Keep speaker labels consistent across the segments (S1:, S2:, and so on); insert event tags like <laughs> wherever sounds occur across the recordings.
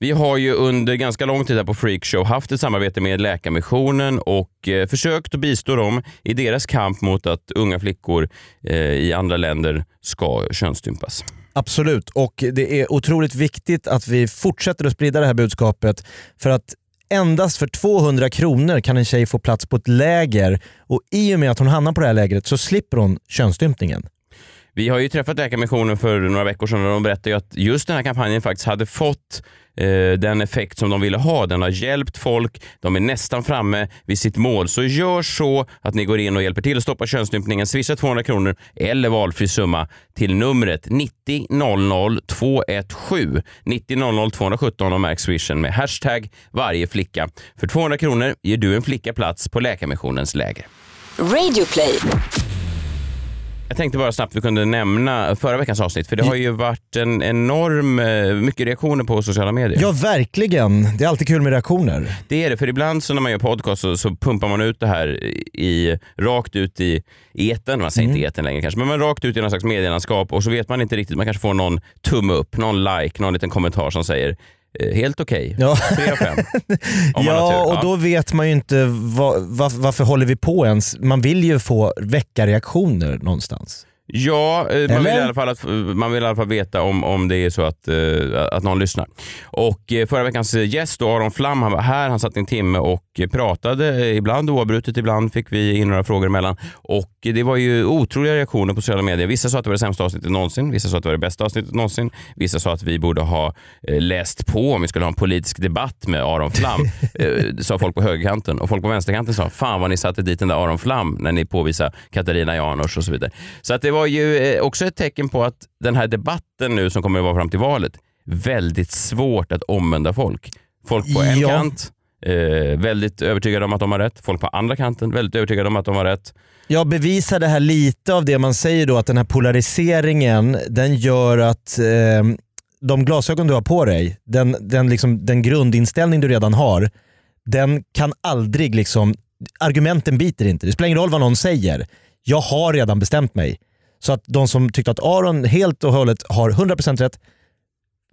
S1: Vi har ju under ganska lång tid här på Freakshow haft ett samarbete med Läkarmissionen och eh, försökt att bistå dem i deras kamp mot att unga flickor eh, i andra länder ska könsstympas.
S2: Absolut, och det är otroligt viktigt att vi fortsätter att sprida det här budskapet för att endast för 200 kronor kan en tjej få plats på ett läger och i och med att hon hamnar på det här lägret så slipper hon könsstympningen.
S1: Vi har ju träffat Läkarmissionen för några veckor sedan och de berättade ju att just den här kampanjen faktiskt hade fått eh, den effekt som de ville ha. Den har hjälpt folk, de är nästan framme vid sitt mål. Så gör så att ni går in och hjälper till att stoppa könsstympningen. Swisha 200 kronor eller valfri summa till numret 90 00 217. 90 00 217 och märk swishen med hashtag varje flicka. För 200 kronor ger du en flicka plats på Läkarmissionens läger.
S3: Radioplay.
S1: Jag tänkte bara snabbt vi kunde nämna förra veckans avsnitt, för det har ju varit en enorm, eh, mycket reaktioner på sociala medier.
S2: Ja, verkligen. Det är alltid kul med reaktioner.
S1: Det är det, för ibland så när man gör podcast så, så pumpar man ut det här i, rakt ut i etern. Man säger
S2: Mm.
S1: inte etern längre kanske, men man rakt ut i någon slags medielandskap och så vet man inte riktigt. Man kanske får någon tumme upp, någon like, någon liten kommentar som säger eh, helt okej,
S2: Ja.
S1: tre av
S2: <laughs>
S1: fem. Om man har tur.
S2: Ja, och då vet man ju inte vad, var, varför håller vi på ens. Man vill ju få väckarreaktioner någonstans.
S1: Ja, eh, man vill,
S2: Eller?
S1: i alla fall att, man vill i alla fall veta om, om det är så att, eh, att någon lyssnar. Och eh, Förra veckans gäst, då, Aron Flam, han var här. Han satt i en timme och eh, pratade, eh, ibland oavbrutet, ibland fick vi in några frågor emellan. Och eh, det var ju otroliga reaktioner på sociala medier. Vissa sa att det var det sämsta avsnittet någonsin, vissa sa att det var det bästa avsnittet någonsin. Vissa sa att vi borde ha eh, läst på om vi skulle ha en politisk debatt med Aron Flam, eh, sa folk på högerkanten. Och folk på vänsterkanten sa, fan vad ni satte dit den där Aron Flam när ni påvisade Katarina Janouch och så vidare. Så att det var ju eh, också ett tecken på att den här debatten nu som kommer att vara fram till valet, väldigt svårt att omvända folk. Folk på en
S2: Ja.
S1: kant, eh, väldigt övertygade om att de har rätt. Folk på andra kanten, väldigt övertygade om att de har rätt.
S2: Jag bevisar det här lite av det man säger då att den här polariseringen den gör att eh, de glasögon du har på dig, den, den, liksom, den grundinställning du redan har, den kan aldrig liksom, argumenten biter inte. Det spelar ingen roll vad någon säger. Jag har redan bestämt mig. Så att de som tyckte att Aron helt och hållet har 100% rätt,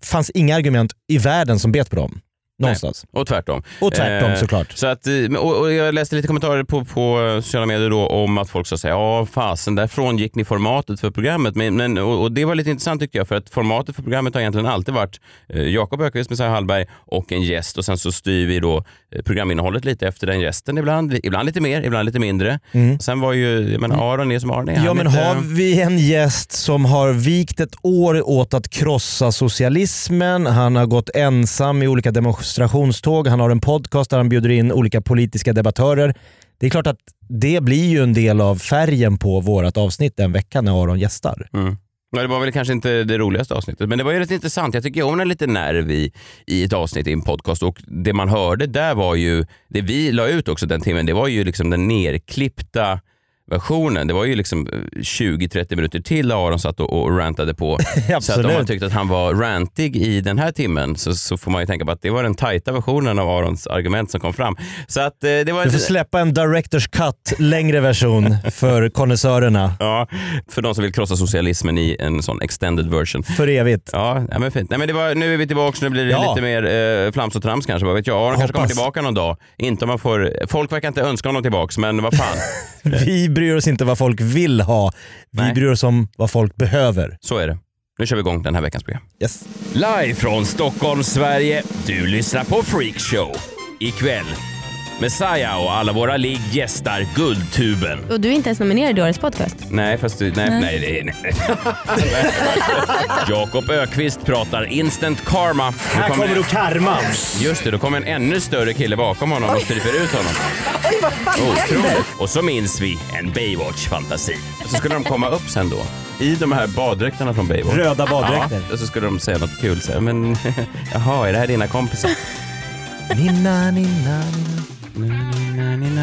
S2: fanns inga argument i världen som bet på dem. Någonstans.
S1: Och tvärtom.
S2: Och tvärtom
S1: Eh,
S2: såklart.
S1: Så att, eh, men- och, och jag läste lite kommentarer på, på eh, sociala medier då om att folk sa säga ja fasen därifrån gick ni formatet för programmet. Men, men, och, och det var lite intressant tyckte jag för att formatet för programmet har egentligen alltid varit eh, Jakob Ökvist, Messiah Hallberg och en gäst och sen så styr vi då eh, programinnehållet lite efter den gästen ibland. li- Ibland lite mer, ibland lite mindre. Sen var ju, jag menar Aron är som Aron är.
S2: Mm. Ja
S1: Han
S2: men
S1: inte-
S2: har vi en gäst som har vikt ett år åt att krossa socialismen, han har gått ensam i olika demonstrationståg, han har en podcast där han bjuder in olika politiska debattörer. Det är klart att det blir ju en del av färgen på vårt avsnitt den veckan när Aron gästar.
S1: Ja, det var väl kanske inte det roligaste avsnittet, men det var ju rätt intressant. Jag tycker om när lite nerv i, i ett avsnitt i en podcast och det man hörde där var ju, det vi la ut också den timmen, det var ju liksom den nerklippta versionen. Det var ju liksom eh, 20-30 minuter till där Aron satt och, och rantade
S2: <laughs>
S1: på. så att om man
S2: Absolut.
S1: tyckte att han var rantig i den här timmen så, så får man ju tänka på att det var den tajta versionen av Arons argument som kom fram. Så att eh, det var
S2: Du får
S1: inte-
S2: släppa en director's cut, längre version för konnässörerna.
S1: Ja, för de som vill krossa socialismen i en sån extended version.
S2: För evigt.
S1: Ja, ja men fint. Nej, men det var, nu är vi tillbaka, nu blir det
S2: Ja.
S1: lite mer eh, flams och trams kanske. Vad vet jag? Aron kanske kommer
S2: Hoppas.
S1: tillbaka någon dag. Inte om man får, folk verkar inte önska honom tillbaka, men vad <laughs> fan.
S2: Vi bryr oss inte vad folk vill ha. Vi
S1: Nej.
S2: bryr oss om vad folk behöver.
S1: Så är det. Nu kör vi igång den här veckans program.
S2: Yes.
S1: Live från Stockholm, Sverige. Du lyssnar på Freakshow. Ikväll. Messiah och alla våra ligg gästar Guldtuben.
S4: Och du är inte ens nominerad i årets podcast.
S1: Nej, fast du, nej, nej, det är- nej. nej. <laughs> Jakob Ökvist pratar instant karma. Nu
S5: Här kommer då karman.
S1: Just det, då kom en ännu större kille bakom honom och stryper ut honom. Otroligt. Och så minns vi en Baywatch-fantasi. Så skulle de komma upp sen då, i de här baddräkterna från Baywatch.
S2: Röda baddräkter.
S1: Ja, och så skulle de säga något kul. <laughs> Så här, men jaha, är det här dina kompisar?
S2: Ninna, ninna, ninna.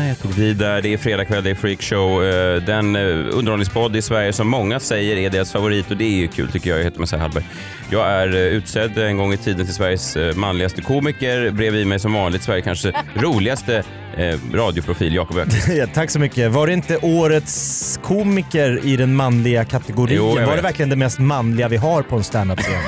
S1: Jag tog vid där. Det är fredag kväll, det är freakshow. Eh, Den eh, underhållningspodd i Sverige som många säger är deras favorit och det är ju kul tycker jag. Jag heter Messiah Hallberg. Jag är eh, utsedd en gång i tiden till Sveriges eh, manligaste komiker. Bredvid mig som vanligt Sveriges kanske roligaste eh, radioprofil, Jakob
S2: <laughs>
S1: Öqvist.
S2: Ja, tack så mycket. Var det inte årets komiker i den manliga kategorin?
S1: Jo, jag
S2: var det
S1: vet.
S2: verkligen det mest manliga vi har på
S1: <laughs>
S2: en standup-scen?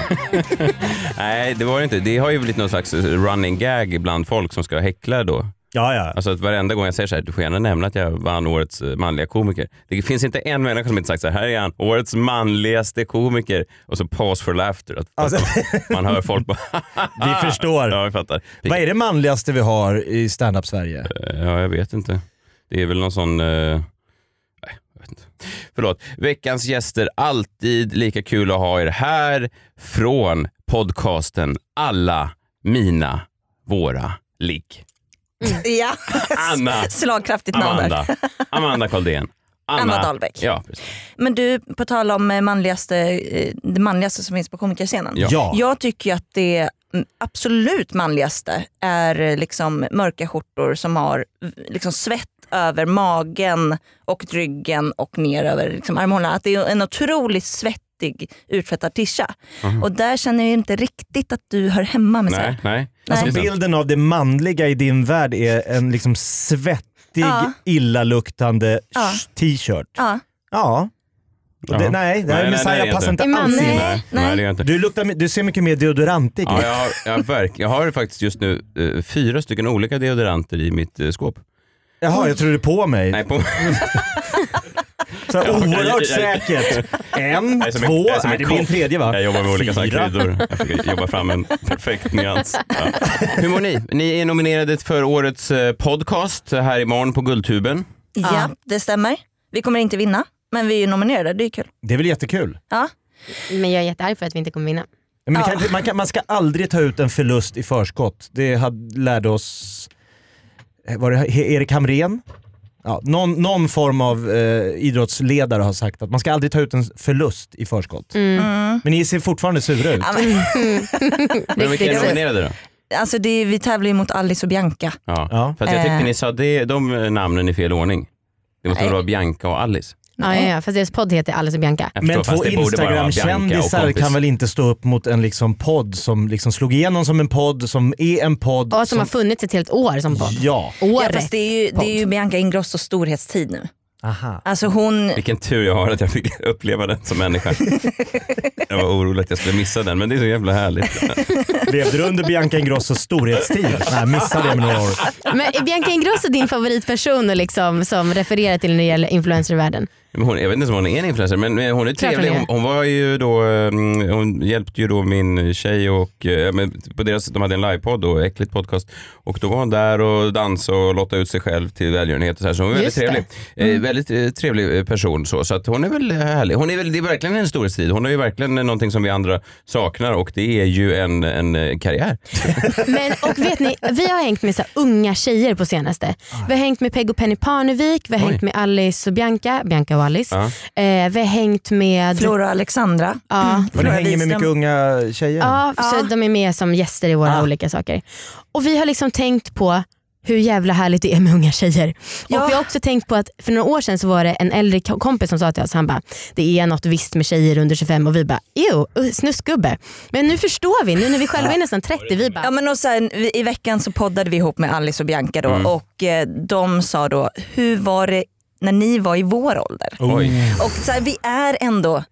S1: Nej, det var det inte. Det har ju blivit någon slags running gag bland folk som ska häckla då.
S2: ja, ja.
S1: Alltså att varenda gång jag säger så här, du får gärna nämna att jag vann årets eh, manliga komiker. Det finns inte en människa som inte sagt så här, här är han, årets manligaste komiker. Och så pause for laughter. Att,
S2: Alltså-
S1: att man hör folk bara,
S2: <laughs> Vi förstår.
S1: Ah, ja jag fattar.
S2: Vad är det manligaste vi har i standup-Sverige?
S1: Ja, jag vet inte. Det är väl någon sån... eh, Nej, jag vet inte. Förlåt. Veckans gäster, alltid lika kul att ha er här från podcasten Alla mina våra ligg.
S3: Ja,
S2: Alltså,
S1: Anna.
S3: <laughs> slagkraftigt namn där.
S1: Amanda. <laughs> Amanda Koldén.
S3: Anna Dahlbäck.
S1: Ja, precis.
S3: Men du, på tal om eh, manligaste, eh, det manligaste som finns på komikerscenen.
S1: Ja.
S3: Jag tycker ju att det mm, absolut manligaste är eh, liksom mörka skjortor som har eh, liksom svett över magen och ryggen och ner över liksom armhålorna. Att det är en otroligt svettig utfettad tisha. Och där känner jag inte riktigt att du hör hemma med
S1: Mhm. Nej,
S3: sig.
S1: nej. Alltså,
S3: Nej.
S1: Det är sant.
S2: Bilden av det manliga i din värld är en liksom svettig,
S3: Ja.
S2: illaluktande
S3: Ja.
S2: t-shirt.
S3: Ja.
S2: Ja. Och Det,
S1: Ja. Nej,
S2: nej,
S1: nej,
S2: nej,
S1: nej, det
S2: Messiah
S1: är
S2: passar
S1: inte.
S2: inte
S4: Är
S2: alls
S4: man-
S2: in.
S1: Nej,
S3: Nej.
S1: nej, det gör jag inte.
S2: Du, luktar, mi- du ser mycket mer deodorantig ut.
S1: Ja, jag, har, jag, har verk, jag har faktiskt just nu eh, fyra stycken olika deodoranter i mitt eh, skåp.
S2: Jaha, jag tror du är på mig.
S1: Nej,
S2: <laughs>
S1: på,
S2: Så
S1: Ja, jag- jag-
S2: oerhört säkert.
S1: <laughs>
S2: En,
S1: är som en-
S2: två,
S1: jag är som en
S2: nej, det blir en
S1: kock.
S2: tredje va?
S1: jag jobbar med olika sådana
S2: Fyra.
S1: kryddor. Jag försöker jobba fram
S2: <laughs>
S1: en perfekt nyans. Ja. Hur mår ni? Ni är nominerade för årets eh, podcast här imorgon på Guldtuben.
S3: Ja,
S4: Ja.
S3: det stämmer. Vi kommer inte vinna, men vi är ju nominerade. Det är kul.
S2: Det är väl jättekul?
S3: Ja.
S4: Men jag är jättearg för att vi inte kommer vinna.
S2: Men det kan, inte- man, kan, man ska aldrig ta ut en förlust i förskott. Det hade, lärde oss var det He- Erik Hamrén. Ja, någon, någon form av eh, idrottsledare har sagt att man ska aldrig ta ut en förlust i förskott.
S4: Mm.
S1: Mm.
S2: Men ni ser fortfarande sura ut.
S3: Ja, men,
S1: Men vilka är
S4: Riktigt.
S1: nominerade då?
S3: alltså det är, vi tävlar ju mot Alice och Bianca.
S1: Ja.
S2: Ja.
S1: För att jag tyckte
S3: Eh.
S1: ni sa det, de eh, namnen i fel ordning. Det måste väl
S3: Nej.
S1: vara Bianca och Alice?
S4: Ja, ja, ja. Fast deras podd heter Alice och Bianca.
S1: Jag
S2: Men
S1: förstår, fast
S2: två
S1: det borde bara vara Bianca och
S2: Instagram-kändisar
S1: kompis.
S2: kan väl inte stå upp mot en liksom podd som liksom slog igenom som en podd, som är en podd.
S4: Och som har funnits ett helt år som podd.
S2: Ja.
S3: Ja,
S4: Året.
S3: fast det är, ju, det är ju Bianca Ingrossos storhetstid nu.
S2: Aha.
S3: Alltså hon,
S1: Vilken tur jag har att jag fick uppleva den som människa. jag var orolig att jag skulle missa den, men det är så jävla härligt.
S2: Levde du under Bianca Ingrossos storhetstid? Nej, missade det med några år.
S4: Men är Bianca Ingrosso din favoritperson och liksom, som refererar till när det gäller influencervärlden?
S1: Men hon, jag vet inte ens om hon är en influencer, men men hon är
S4: Klart hon
S1: trevlig.
S4: är.
S1: Hon, hon, var ju då, mm, hon hjälpte ju då min tjej och eh, men på deras, de hade en livepodd då, Äckligt podcast. Och då var hon där och dansade och lottade ut sig själv till välgörenhet och så, här, så hon var väldigt
S4: Just Mm.
S1: trevlig. Eh, väldigt eh, trevlig eh, person så, så att hon är väl härlig. Hon är väl, det är verkligen en storhetstid. Hon har ju verkligen eh, någonting som vi andra saknar och det är ju en, en eh, karriär.
S4: Men, och vet ni, vi har hängt med så här unga tjejer på senaste. Vi har hängt med Peg och Penny Parnevik, vi har
S1: Oj.
S4: hängt med Alice och Bianca, Bianca och Alice.
S1: Ja.
S4: Eh, vi har hängt med...
S3: Flora och Alexandra.
S4: Ja,
S2: Men du hänger med
S3: Wiström.
S2: mycket unga tjejer.
S4: ja, så
S3: Ja.
S4: de är med som gäster i våra
S2: Ah.
S4: olika saker. Och vi har liksom tänkt på hur jävla härligt det är med unga tjejer.
S3: Ja.
S4: Och vi har också tänkt på att för några år sedan så var det en äldre ko- kompis som sa till oss, han bara, det är något visst med tjejer under 25 och vi bara, jo, snusgubbe. Men nu förstår vi, nu när vi själva är nästan 30, vi bara,
S3: Ja, men och sen, vi- I veckan så poddade vi ihop med Alice och Bianca då,
S2: Mm.
S3: och eh, de sa då, hur var det när ni var i vår ålder?
S1: Oj.
S3: Och så här, vi är ändå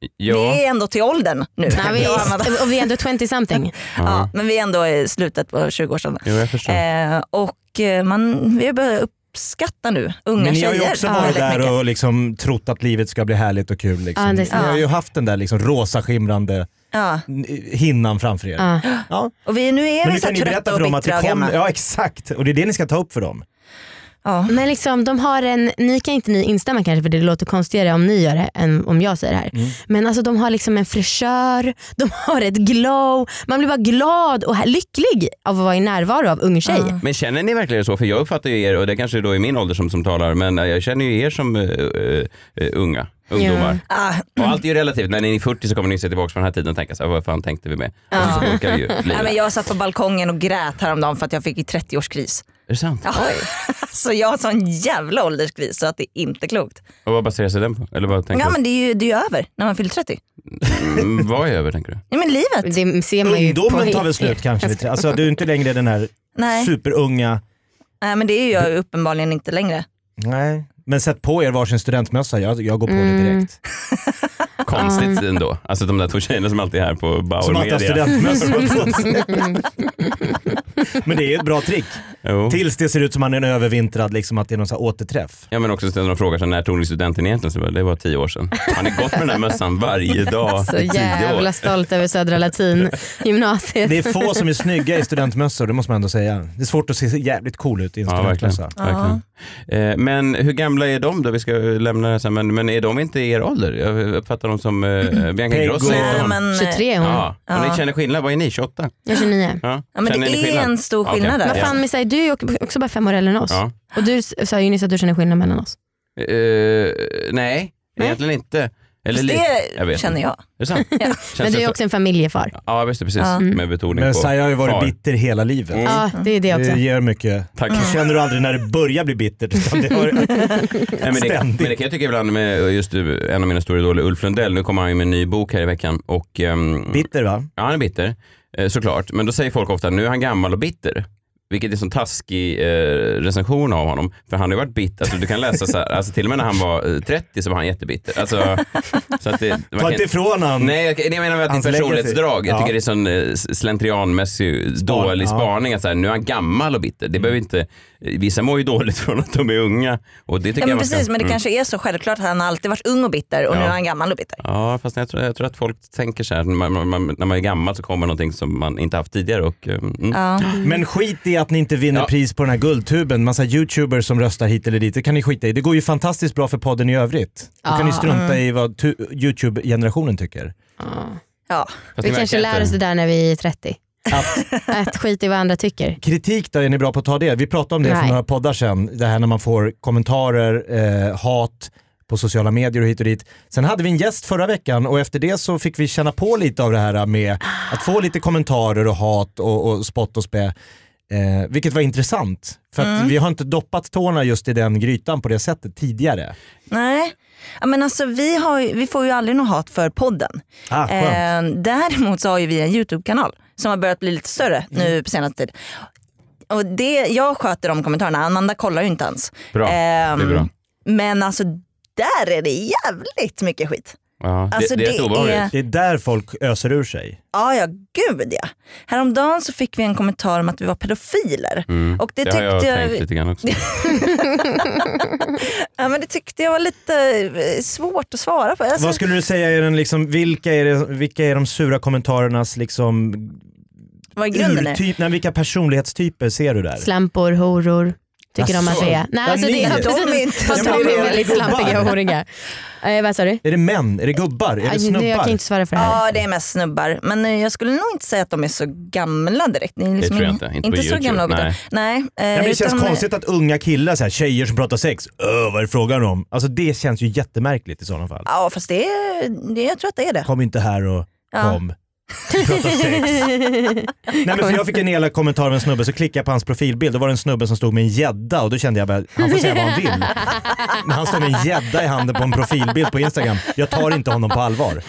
S3: vi
S1: Ja.
S3: är ändå till åldern nu.
S4: Nej, vi,
S3: <laughs> Ja, men-
S4: och vi är ändå 20
S3: <laughs>
S4: something.
S3: ja, men vi är ändå i slutet på 20-årsåldern.
S1: Jo, jag förstår.
S3: Eh, och eh, man, vi börjar uppskatta nu unga
S2: Men ni
S3: tjejer.
S2: har ju också
S3: Ja,
S2: varit
S3: väldigt mycket.
S2: där och liksom trott att livet ska bli härligt och kul. Liksom.
S4: Ja, det är
S2: ni
S4: sant.
S2: har ju haft den där liksom rosa skimrande
S3: Ja.
S2: n- hinnan framför er.
S4: Ja.
S2: Ja.
S3: Och vi, nu är
S2: Men
S3: vi
S2: nu
S3: så
S2: kan
S3: här
S2: ni
S3: trötta
S2: berätta
S3: och
S2: för dem att vi
S3: bittra och gamla.
S2: kommer. Ja exakt, och det är det ni ska ta upp för dem.
S3: Ja.
S4: Men liksom, de har en, ni kan inte ni instämma kanske för det låter konstigare om ni gör det än om jag säger det här. Men alltså, de har liksom en fräschör, de har ett glow. Man blir bara glad och här- lycklig av att vara i närvaro av ung tjej.
S1: Men känner ni verkligen så? För jag uppfattar ju er, och det kanske då är min ålder som, som talar, men eh, jag känner ju er som eh, eh, eh, unga, ungdomar.
S3: Ah,
S1: Och allt är ju relativt. När ni är 40 så kommer ni se tillbaka på den här tiden och tänka så här, vad fan
S3: <laughs>
S1: tänkte vi med? Och så funkar ju
S3: Nej, men
S1: livet.
S3: jag satt på balkongen och grät häromdagen för att jag fick i 30-årskris.
S1: Är det sant?
S3: Ja. <laughs> Så jag har sån jävla ålderskris så att det är inte klokt.
S1: Och vad baserar sig den på? Eller vad tänker
S3: Ja, men det är ju det är ju över när man fyller 30.
S1: du? Mm, Vad är över tänker
S3: <laughs>
S1: du?
S3: Nej men livet.
S4: Det ser man ju
S2: Ungdomen
S4: på
S2: tar väl slut kanske? vid tre- Alltså du är inte längre den här
S3: Nej.
S2: superunga.
S3: Nej men det är ju jag uppenbarligen inte längre.
S2: Nej. Men sätt på er varsin studentmössa, jag, jag går på det
S4: Mm.
S2: direkt.
S1: Konstigt ändå. Alltså de där två tjejerna som alltid är här på Bauer
S2: Som alltid har
S1: Media. <laughs>
S2: studentmössa på sig. Men det är ju ett bra trick.
S1: Jo.
S2: Tills det ser ut som att han är en övervintrad, liksom att det är någon så här återträff.
S1: Ja men också när de frågar så här, när tog ni studenten egentligen? Så bara, det var tio år sedan. Han är gått med den här mössan
S3: <laughs>
S1: varje dag
S4: Så
S1: i tio år.
S4: jävla stolt över Södra Latin gymnasiet.
S2: Det är få som är snygga i studentmössor, det måste man ändå säga. Det är svårt att se jävligt cool ut i en
S1: Ja, verkligen.
S2: studentmössa.
S1: verkligen. Eh, Men hur gamla är de då? Vi ska lämna det sen, men, men är de inte i er ålder? Jag uppfattar dem som eh, Bianca
S2: Pegg
S1: Ingrosso.
S2: och-
S1: heter
S3: Mm. Nej,
S1: hon.
S3: men, eh,
S4: 23 är hon,
S1: Ja, men ni
S3: Ja.
S1: känner skillnad, vad är ni? 28?
S4: jag är 29.
S1: Ja,
S3: Ja, men
S1: Känner ni
S3: det är
S1: skillnad?
S3: en stor
S1: Okej.
S3: skillnad där.
S4: Vad fan, Missa, är du är ju också bara fem år äldre än oss.
S1: Ja.
S4: Och du s- sa ju nyss att du känner skillnad mellan oss.
S1: Eh, nej,
S4: Nej.
S1: egentligen inte. Eller
S3: Fast
S1: lite.
S3: det
S1: Jag vet
S3: känner
S1: inte.
S3: jag.
S1: Är det
S3: <laughs>
S1: sant? Känns
S4: Men
S1: det
S4: du är
S1: så?
S4: också en familjefar.
S1: Ja, visst det, precis.
S3: Ja.
S1: Med betoning
S2: Men
S1: på
S2: Saja har ju varit
S1: far.
S2: bitter hela livet.
S1: Mm.
S4: Ja, det är det också.
S2: Det ger mycket.
S1: Tack.
S2: Det känner du aldrig när det börjar bli bittert. Utan det
S1: <laughs>
S2: har...
S1: Nej, men, det, men
S2: Ständigt.
S1: det kan jag tycka ibland med just eh, en av mina stora idoler, Ulf Lundell. Nu kommer han ju med en ny bok här i veckan. Och, ehm,
S2: Bitter va?
S1: ja, han är bitter, eh, såklart. Men då säger folk ofta, nu är han gammal och bitter. Vilket är en sån taskig eh, recension av honom. För han har ju varit bitter. Alltså, du kan läsa så här, alltså, till och med när han var eh, 30 så var han jättebitter. Alltså, så att det, man
S2: <laughs> Ta
S1: kan-
S2: inte ifrån han.
S1: Nej, jag, nej, jag menar att det är
S2: Hans legacy.
S1: personlighetsdrag. Jag
S2: Ja.
S1: tycker det är sån eh, slentrianmässig dålig
S2: ja.
S1: spaning. Att så här, nu är han gammal och bitter. Det behöver inte, vissa mår ju dåligt <laughs> från att de är unga. Och det tycker
S3: Ja, men
S1: jag man ska-
S3: precis, men det
S1: Mm.
S3: kanske är så självklart att han alltid varit ung och bitter och nu
S1: Ja.
S3: är han gammal och bitter.
S1: Ja, fast jag tror, jag tror att folk tänker så här, man, man, man, när man är gammal så kommer någonting som man inte haft tidigare. Och, eh, mm.
S3: Ja.
S2: Men skit i att ni inte vinner
S1: Ja.
S2: pris på den här guldtuben. Massa youtubers som röstar hit eller dit. Det kan ni skita i. Det går ju fantastiskt bra för podden i övrigt. Då kan ni
S4: Ah.
S2: strunta i vad tu- youtube-generationen tycker.
S4: Ja.
S3: Ja.
S1: Fast
S4: Vi
S1: det
S4: kanske
S1: märker jag
S4: lär oss
S1: inte.
S4: det där när vi är 30.
S2: Att
S4: <laughs> Att skit i vad andra tycker.
S2: kritik då, är ni bra på att ta det? Vi pratade om det för
S4: Nej.
S2: några poddar sedan. Det här när man får kommentarer, eh, hat på sociala medier och hit och dit. Sen hade vi en gäst förra veckan och efter det så fick vi känna på lite av det här med att få lite kommentarer och hat och, och spott och spä. Eh, vilket var intressant. För att
S3: Mm.
S2: vi har inte doppat tårna just i den grytan på det sättet tidigare.
S3: Nej. Ja, men alltså, vi, har, ju- vi får ju aldrig något hat för podden.
S2: Ah, skönt.
S3: Eh, däremot så har ju vi en YouTube-kanal som har börjat bli lite
S1: Mm.
S3: större nu på senaste tid. Och det, jag sköter de kommentarerna, Amanda kollar ju inte ens.
S1: Bra, det är
S3: Ehm,
S1: bra.
S3: Men alltså där är det jävligt mycket skit.
S1: Ja, det,
S3: alltså,
S1: det är rätt
S3: det
S1: ovanligt.
S3: är-
S2: Det är där folk öser ur sig.
S3: Ja, ja, gud ja. Häromdagen så fick vi en kommentar om att vi var pedofiler.
S1: Mm.
S3: Och det
S1: Det har jag
S3: tyckte jag,
S1: tänkt lite grann också.
S3: ja, men det tyckte jag var lite eh, svårt att svara på. Alltså,
S2: Vad skulle du säga är den liksom, vilka är, det, vilka är de sura kommentarernas liksom
S3: vad är grunden är?
S2: urtyp, typ- nej, vilka personlighetstyper ser du där?
S4: Slampor, horor. Tycker de att
S2: Asså.
S4: det är.
S2: Ja,
S4: Nej, alltså det
S2: ni.
S4: är <laughs>
S2: De
S4: precis.
S3: är inte-
S4: Fast
S2: Ja, men
S4: de
S2: det är
S4: är väldigt
S2: gubbar.
S4: slampiga och horiga. Eh, vad sa du?
S2: Är det män? Är det gubbar? Är det
S4: Aj, nu-
S2: snubbar?
S4: Jag kan inte svara för det här.
S3: Ja det är mest snubbar. Men eh, jag skulle nog inte säga att de är så gamla direkt. Ni är liksom
S1: tror jag inte. Inte på
S3: så
S1: YouTube,
S3: gamla.
S1: nej.
S3: nej eh,
S2: Nej, men det känns
S3: utan-
S2: konstigt att unga killar, så här, tjejer som pratar sex, öh, vad är det frågan om? Alltså det känns ju jättemärkligt i sådana fall.
S3: Ja fast det, är- det, jag tror att det är det.
S2: Kom inte här och
S3: Ja.
S2: kom. Prata sex.
S4: <laughs>
S2: Nej, men för jag fick en elak kommentar av en snubbe, så klickade jag på hans profilbild. Då var det en snubbe som stod med en gädda och då kände jag bara, han får säga vad han vill. Men han står med en gädda i handen på en profilbild på Instagram. Jag tar inte honom på allvar.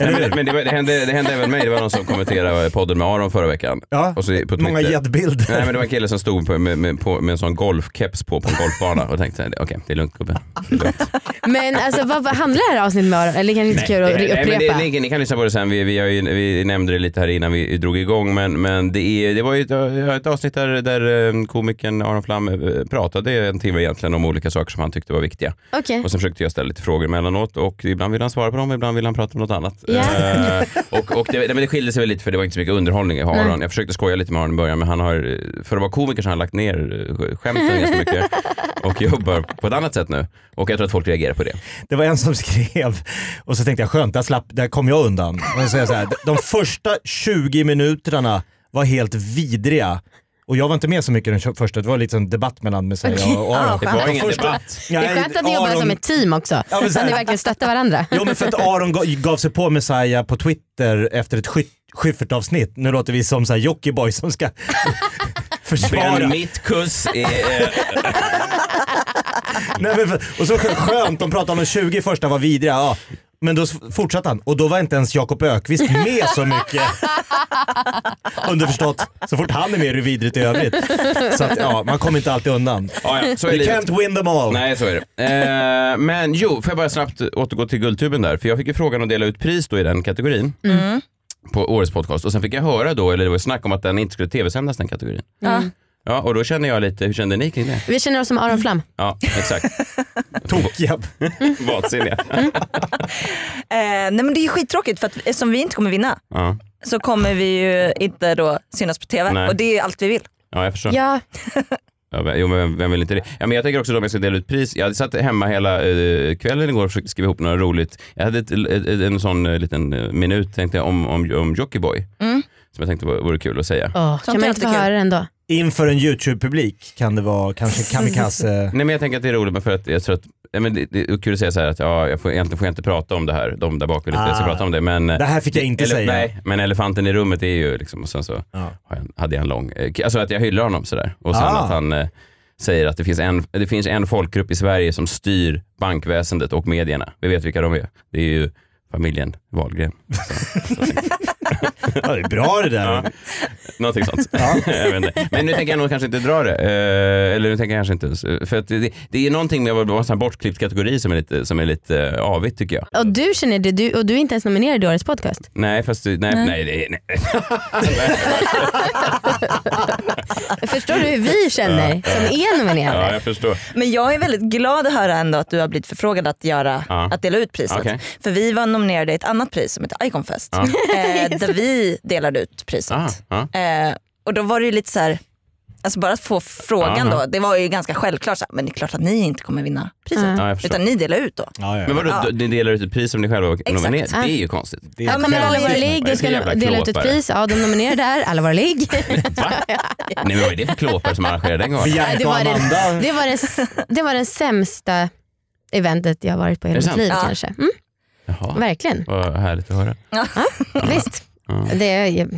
S1: Nej, men men det, var- det, hände, det hände även mig. Det var någon som kommenterade podden med Aron förra veckan.
S2: Ja,
S1: Och så på Twitter.
S2: många gäddbilder.
S1: Nej men det var en kille som stod på, med, med, på, med en sån golfkeps på på en golfbana och tänkte okej det är lugnt gubben. Det är lugnt.
S4: Men alltså, vad, vad handlar det här avsnittet med? Eller det kanske inte är kul att
S1: Nej, nej, men
S4: upprepa.
S1: det, ni, ni kan lyssna på det sen, vi, vi, har ju, vi nämnde det lite här innan vi drog igång men, men det, är, det var ju ett, ja, ett avsnitt där, där eh, komikern Aron Flam eh, pratade en timme egentligen om olika saker som han tyckte var viktiga.
S4: Okej.
S1: Och sen försökte jag ställa lite frågor emellanåt och ibland ville han svara på dem, ibland ville han prata om något annat.
S4: Ja.
S1: Eh, och, och det, nej, men det skilde sig väl lite för det var inte så mycket underhållning i Aron. Jag försökte skoja lite med Aron i början men han har, eh, för att vara komiker så har han lagt ner eh, skämten ganska mycket och jobbar på ett annat sätt nu. Och jag tror att folk reagerar på det.
S2: Det var en som <laughs> skrev och så tänkte jag skönt, där, slapp, där kom jag undan. Och så säger jag så här, de första 20 minuterna var helt vidriga. Och jag var inte med så mycket den tjo- första, det var lite en debatt mellan mig och och Aron.
S1: Det var
S2: De
S1: ingen
S2: första-
S1: debatt.
S4: Det är skönt att ni jobbar
S2: Aron-
S4: som ett team också.
S2: Ja, men så
S4: Så att ni
S2: här-
S4: verkligen stöttar varandra.
S2: <laughs> Jo men för att Aron ga- gav sig på Messiah på Twitter efter ett skyt- Schyffert-avsnitt. Nu låter vi som så här Jockiboi som ska
S1: Medan
S2: <laughs> försvara.
S1: mitt kuss är... eh,
S2: Nej, men, för- och så skö- skönt, de pratade om de 20 första var vidriga. Ja. Men då s- fortsatte han och då var inte ens Jakob Ökvist med så mycket. Underförstått, så fort han är med är det vidrigt i övrigt. Så att, ja, man kommer inte alltid undan.
S1: ja, ja, så är
S2: You
S1: livet.
S2: can't win them all.
S1: Nej, så är det. Eh, men jo, får jag bara snabbt återgå till Guldtuben där? För jag fick ju frågan att dela ut pris då i den kategorin.
S3: Mm.
S1: På årets podcast. Och sen fick jag höra då, eller det var snack om att den inte skulle tv-sändas den kategorin.
S3: Ja.
S1: Ja, och då kände jag lite, hur kände ni kring det?
S4: Vi känner oss som Aron Flam.
S1: Ja,
S3: <laughs>
S1: exakt.
S2: Tokiga.
S1: Vansinniga.
S3: Eh, nej men det är ju skittråkigt för att eftersom vi inte kommer vinna
S1: Ja.
S3: så kommer vi ju inte då synas på TV
S1: Nej.
S3: och det är allt vi vill.
S1: ja, jag förstår.
S4: Ja,
S1: Ja, men- jo, men vem- vem vill inte det? Ja, men jag tänker också då om jag ska dela ut pris. Jag satt hemma hela eh, kvällen igår och försökte skriva ihop något roligt. Jag hade ett, ett, en sån eh, liten eh, minut tänkte jag, om, om, om Jockiboi.
S3: Mm.
S1: Som jag tänkte var- vore kul att säga.
S4: Åh, kan man
S3: är
S4: inte få
S3: alltid kul.
S4: höra den då?
S2: Inför en YouTube-publik kan det vara kanske kamikaze.
S1: Nej men jag tänker att det är roligt bara för att jag tror att ja, men det, det är kul att säga så här att ja, jag får, egentligen får jag inte prata om det här. De där bak vill inte att jag ska
S2: Ah.
S1: prata om det. Men,
S2: Det här fick jag inte
S1: Ele-
S2: säga.
S1: Nej, men elefanten i rummet är ju liksom, och sen så
S2: Ja.
S1: har jag- hade jag en lång, eh, alltså att jag hyllar honom sådär. Och sen
S2: Ah.
S1: att han eh, säger att det finns, en, det finns en folkgrupp i Sverige som styr bankväsendet och medierna. Vi vet vilka de är. Det är ju familjen Wahlgren.
S2: Ja, det är bra det där.
S1: Någonting sånt. <laughs> jag vet inte. Men nu tänker jag nog kanske inte dra det. Eh, eller nu tänker jag kanske inte. ens- eh, För att det, det är någonting med att vara en sån här bortklippt kategori som är lite, som är lite eh, avigt tycker jag.
S4: Och du känner det du, och du är inte ens nominerad i årets podcast.
S1: Nej, fast du, nej, nej. nej, nej,
S4: Förstår du hur vi känner som är
S1: Ja,
S4: nominerade?
S1: jag förstår.
S3: Men jag är väldigt glad att höra ändå att du har blivit förfrågad att, göra,
S1: Ja.
S3: att dela ut priset.
S1: Okej.
S3: För vi var nominerade i ett annat pris som heter Iconfest.
S1: Ja.
S3: Eh, där vi delade ut priset.
S1: Ah, ah.
S3: Eh, och då var det ju lite så här, alltså bara att få frågan
S1: Aha.
S3: då, det var ju ganska självklart, så här, men det är klart att ni inte kommer vinna priset.
S4: Ja.
S1: Ja, jag förstår.
S3: Utan ni delar ut då.
S2: Ja, ja.
S1: Men vadå,
S3: Ja.
S1: ja. ni delar ut ett pris som ni själva var
S3: Exakt.
S1: nominerade?
S4: Ja.
S1: Det är ju konstigt.
S2: Det är
S4: Ja, kommer alla våra ligg,
S1: Vilka
S4: du ska
S1: jävla
S4: dela ut ett
S1: klåpare.
S4: pris. Ja, de nominerar där, alla
S1: <laughs>
S4: våra ligg.
S1: Va? Nej men vad är det för klåpare som arrangerar den gången?
S2: Bianca
S4: Nej, det
S2: och
S4: var det.
S2: Amanda.
S4: Det var det, s- det var det sämsta eventet jag har varit på i
S1: Är det
S4: hela mitt
S1: sant?
S4: liv
S3: Ja.
S4: kanske. Mm,
S1: Jaha,
S4: verkligen.
S1: vad härligt att höra.
S4: Visst.
S1: Ja.
S4: Det är,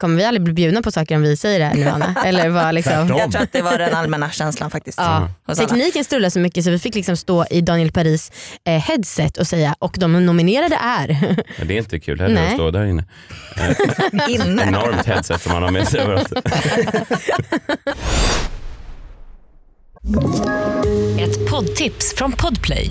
S4: kommer vi aldrig bli bjudna på saker om vi säger det här nu
S1: <laughs>
S4: Anna? Eller vad liksom.
S2: Tvärtom.
S3: Jag tror att det var den allmänna känslan faktiskt.
S4: Ja.
S3: Hos alla.
S4: Tekniken strulade så mycket så vi fick liksom stå i Daniel Paris eh, headset och säga och de nominerade är. <laughs>
S1: Men det är inte kul heller att
S4: Nej.
S1: stå där inne. Eh,
S3: Inne.
S1: Enormt headset som man har med sig överallt.
S5: Ett poddtips från Podplay.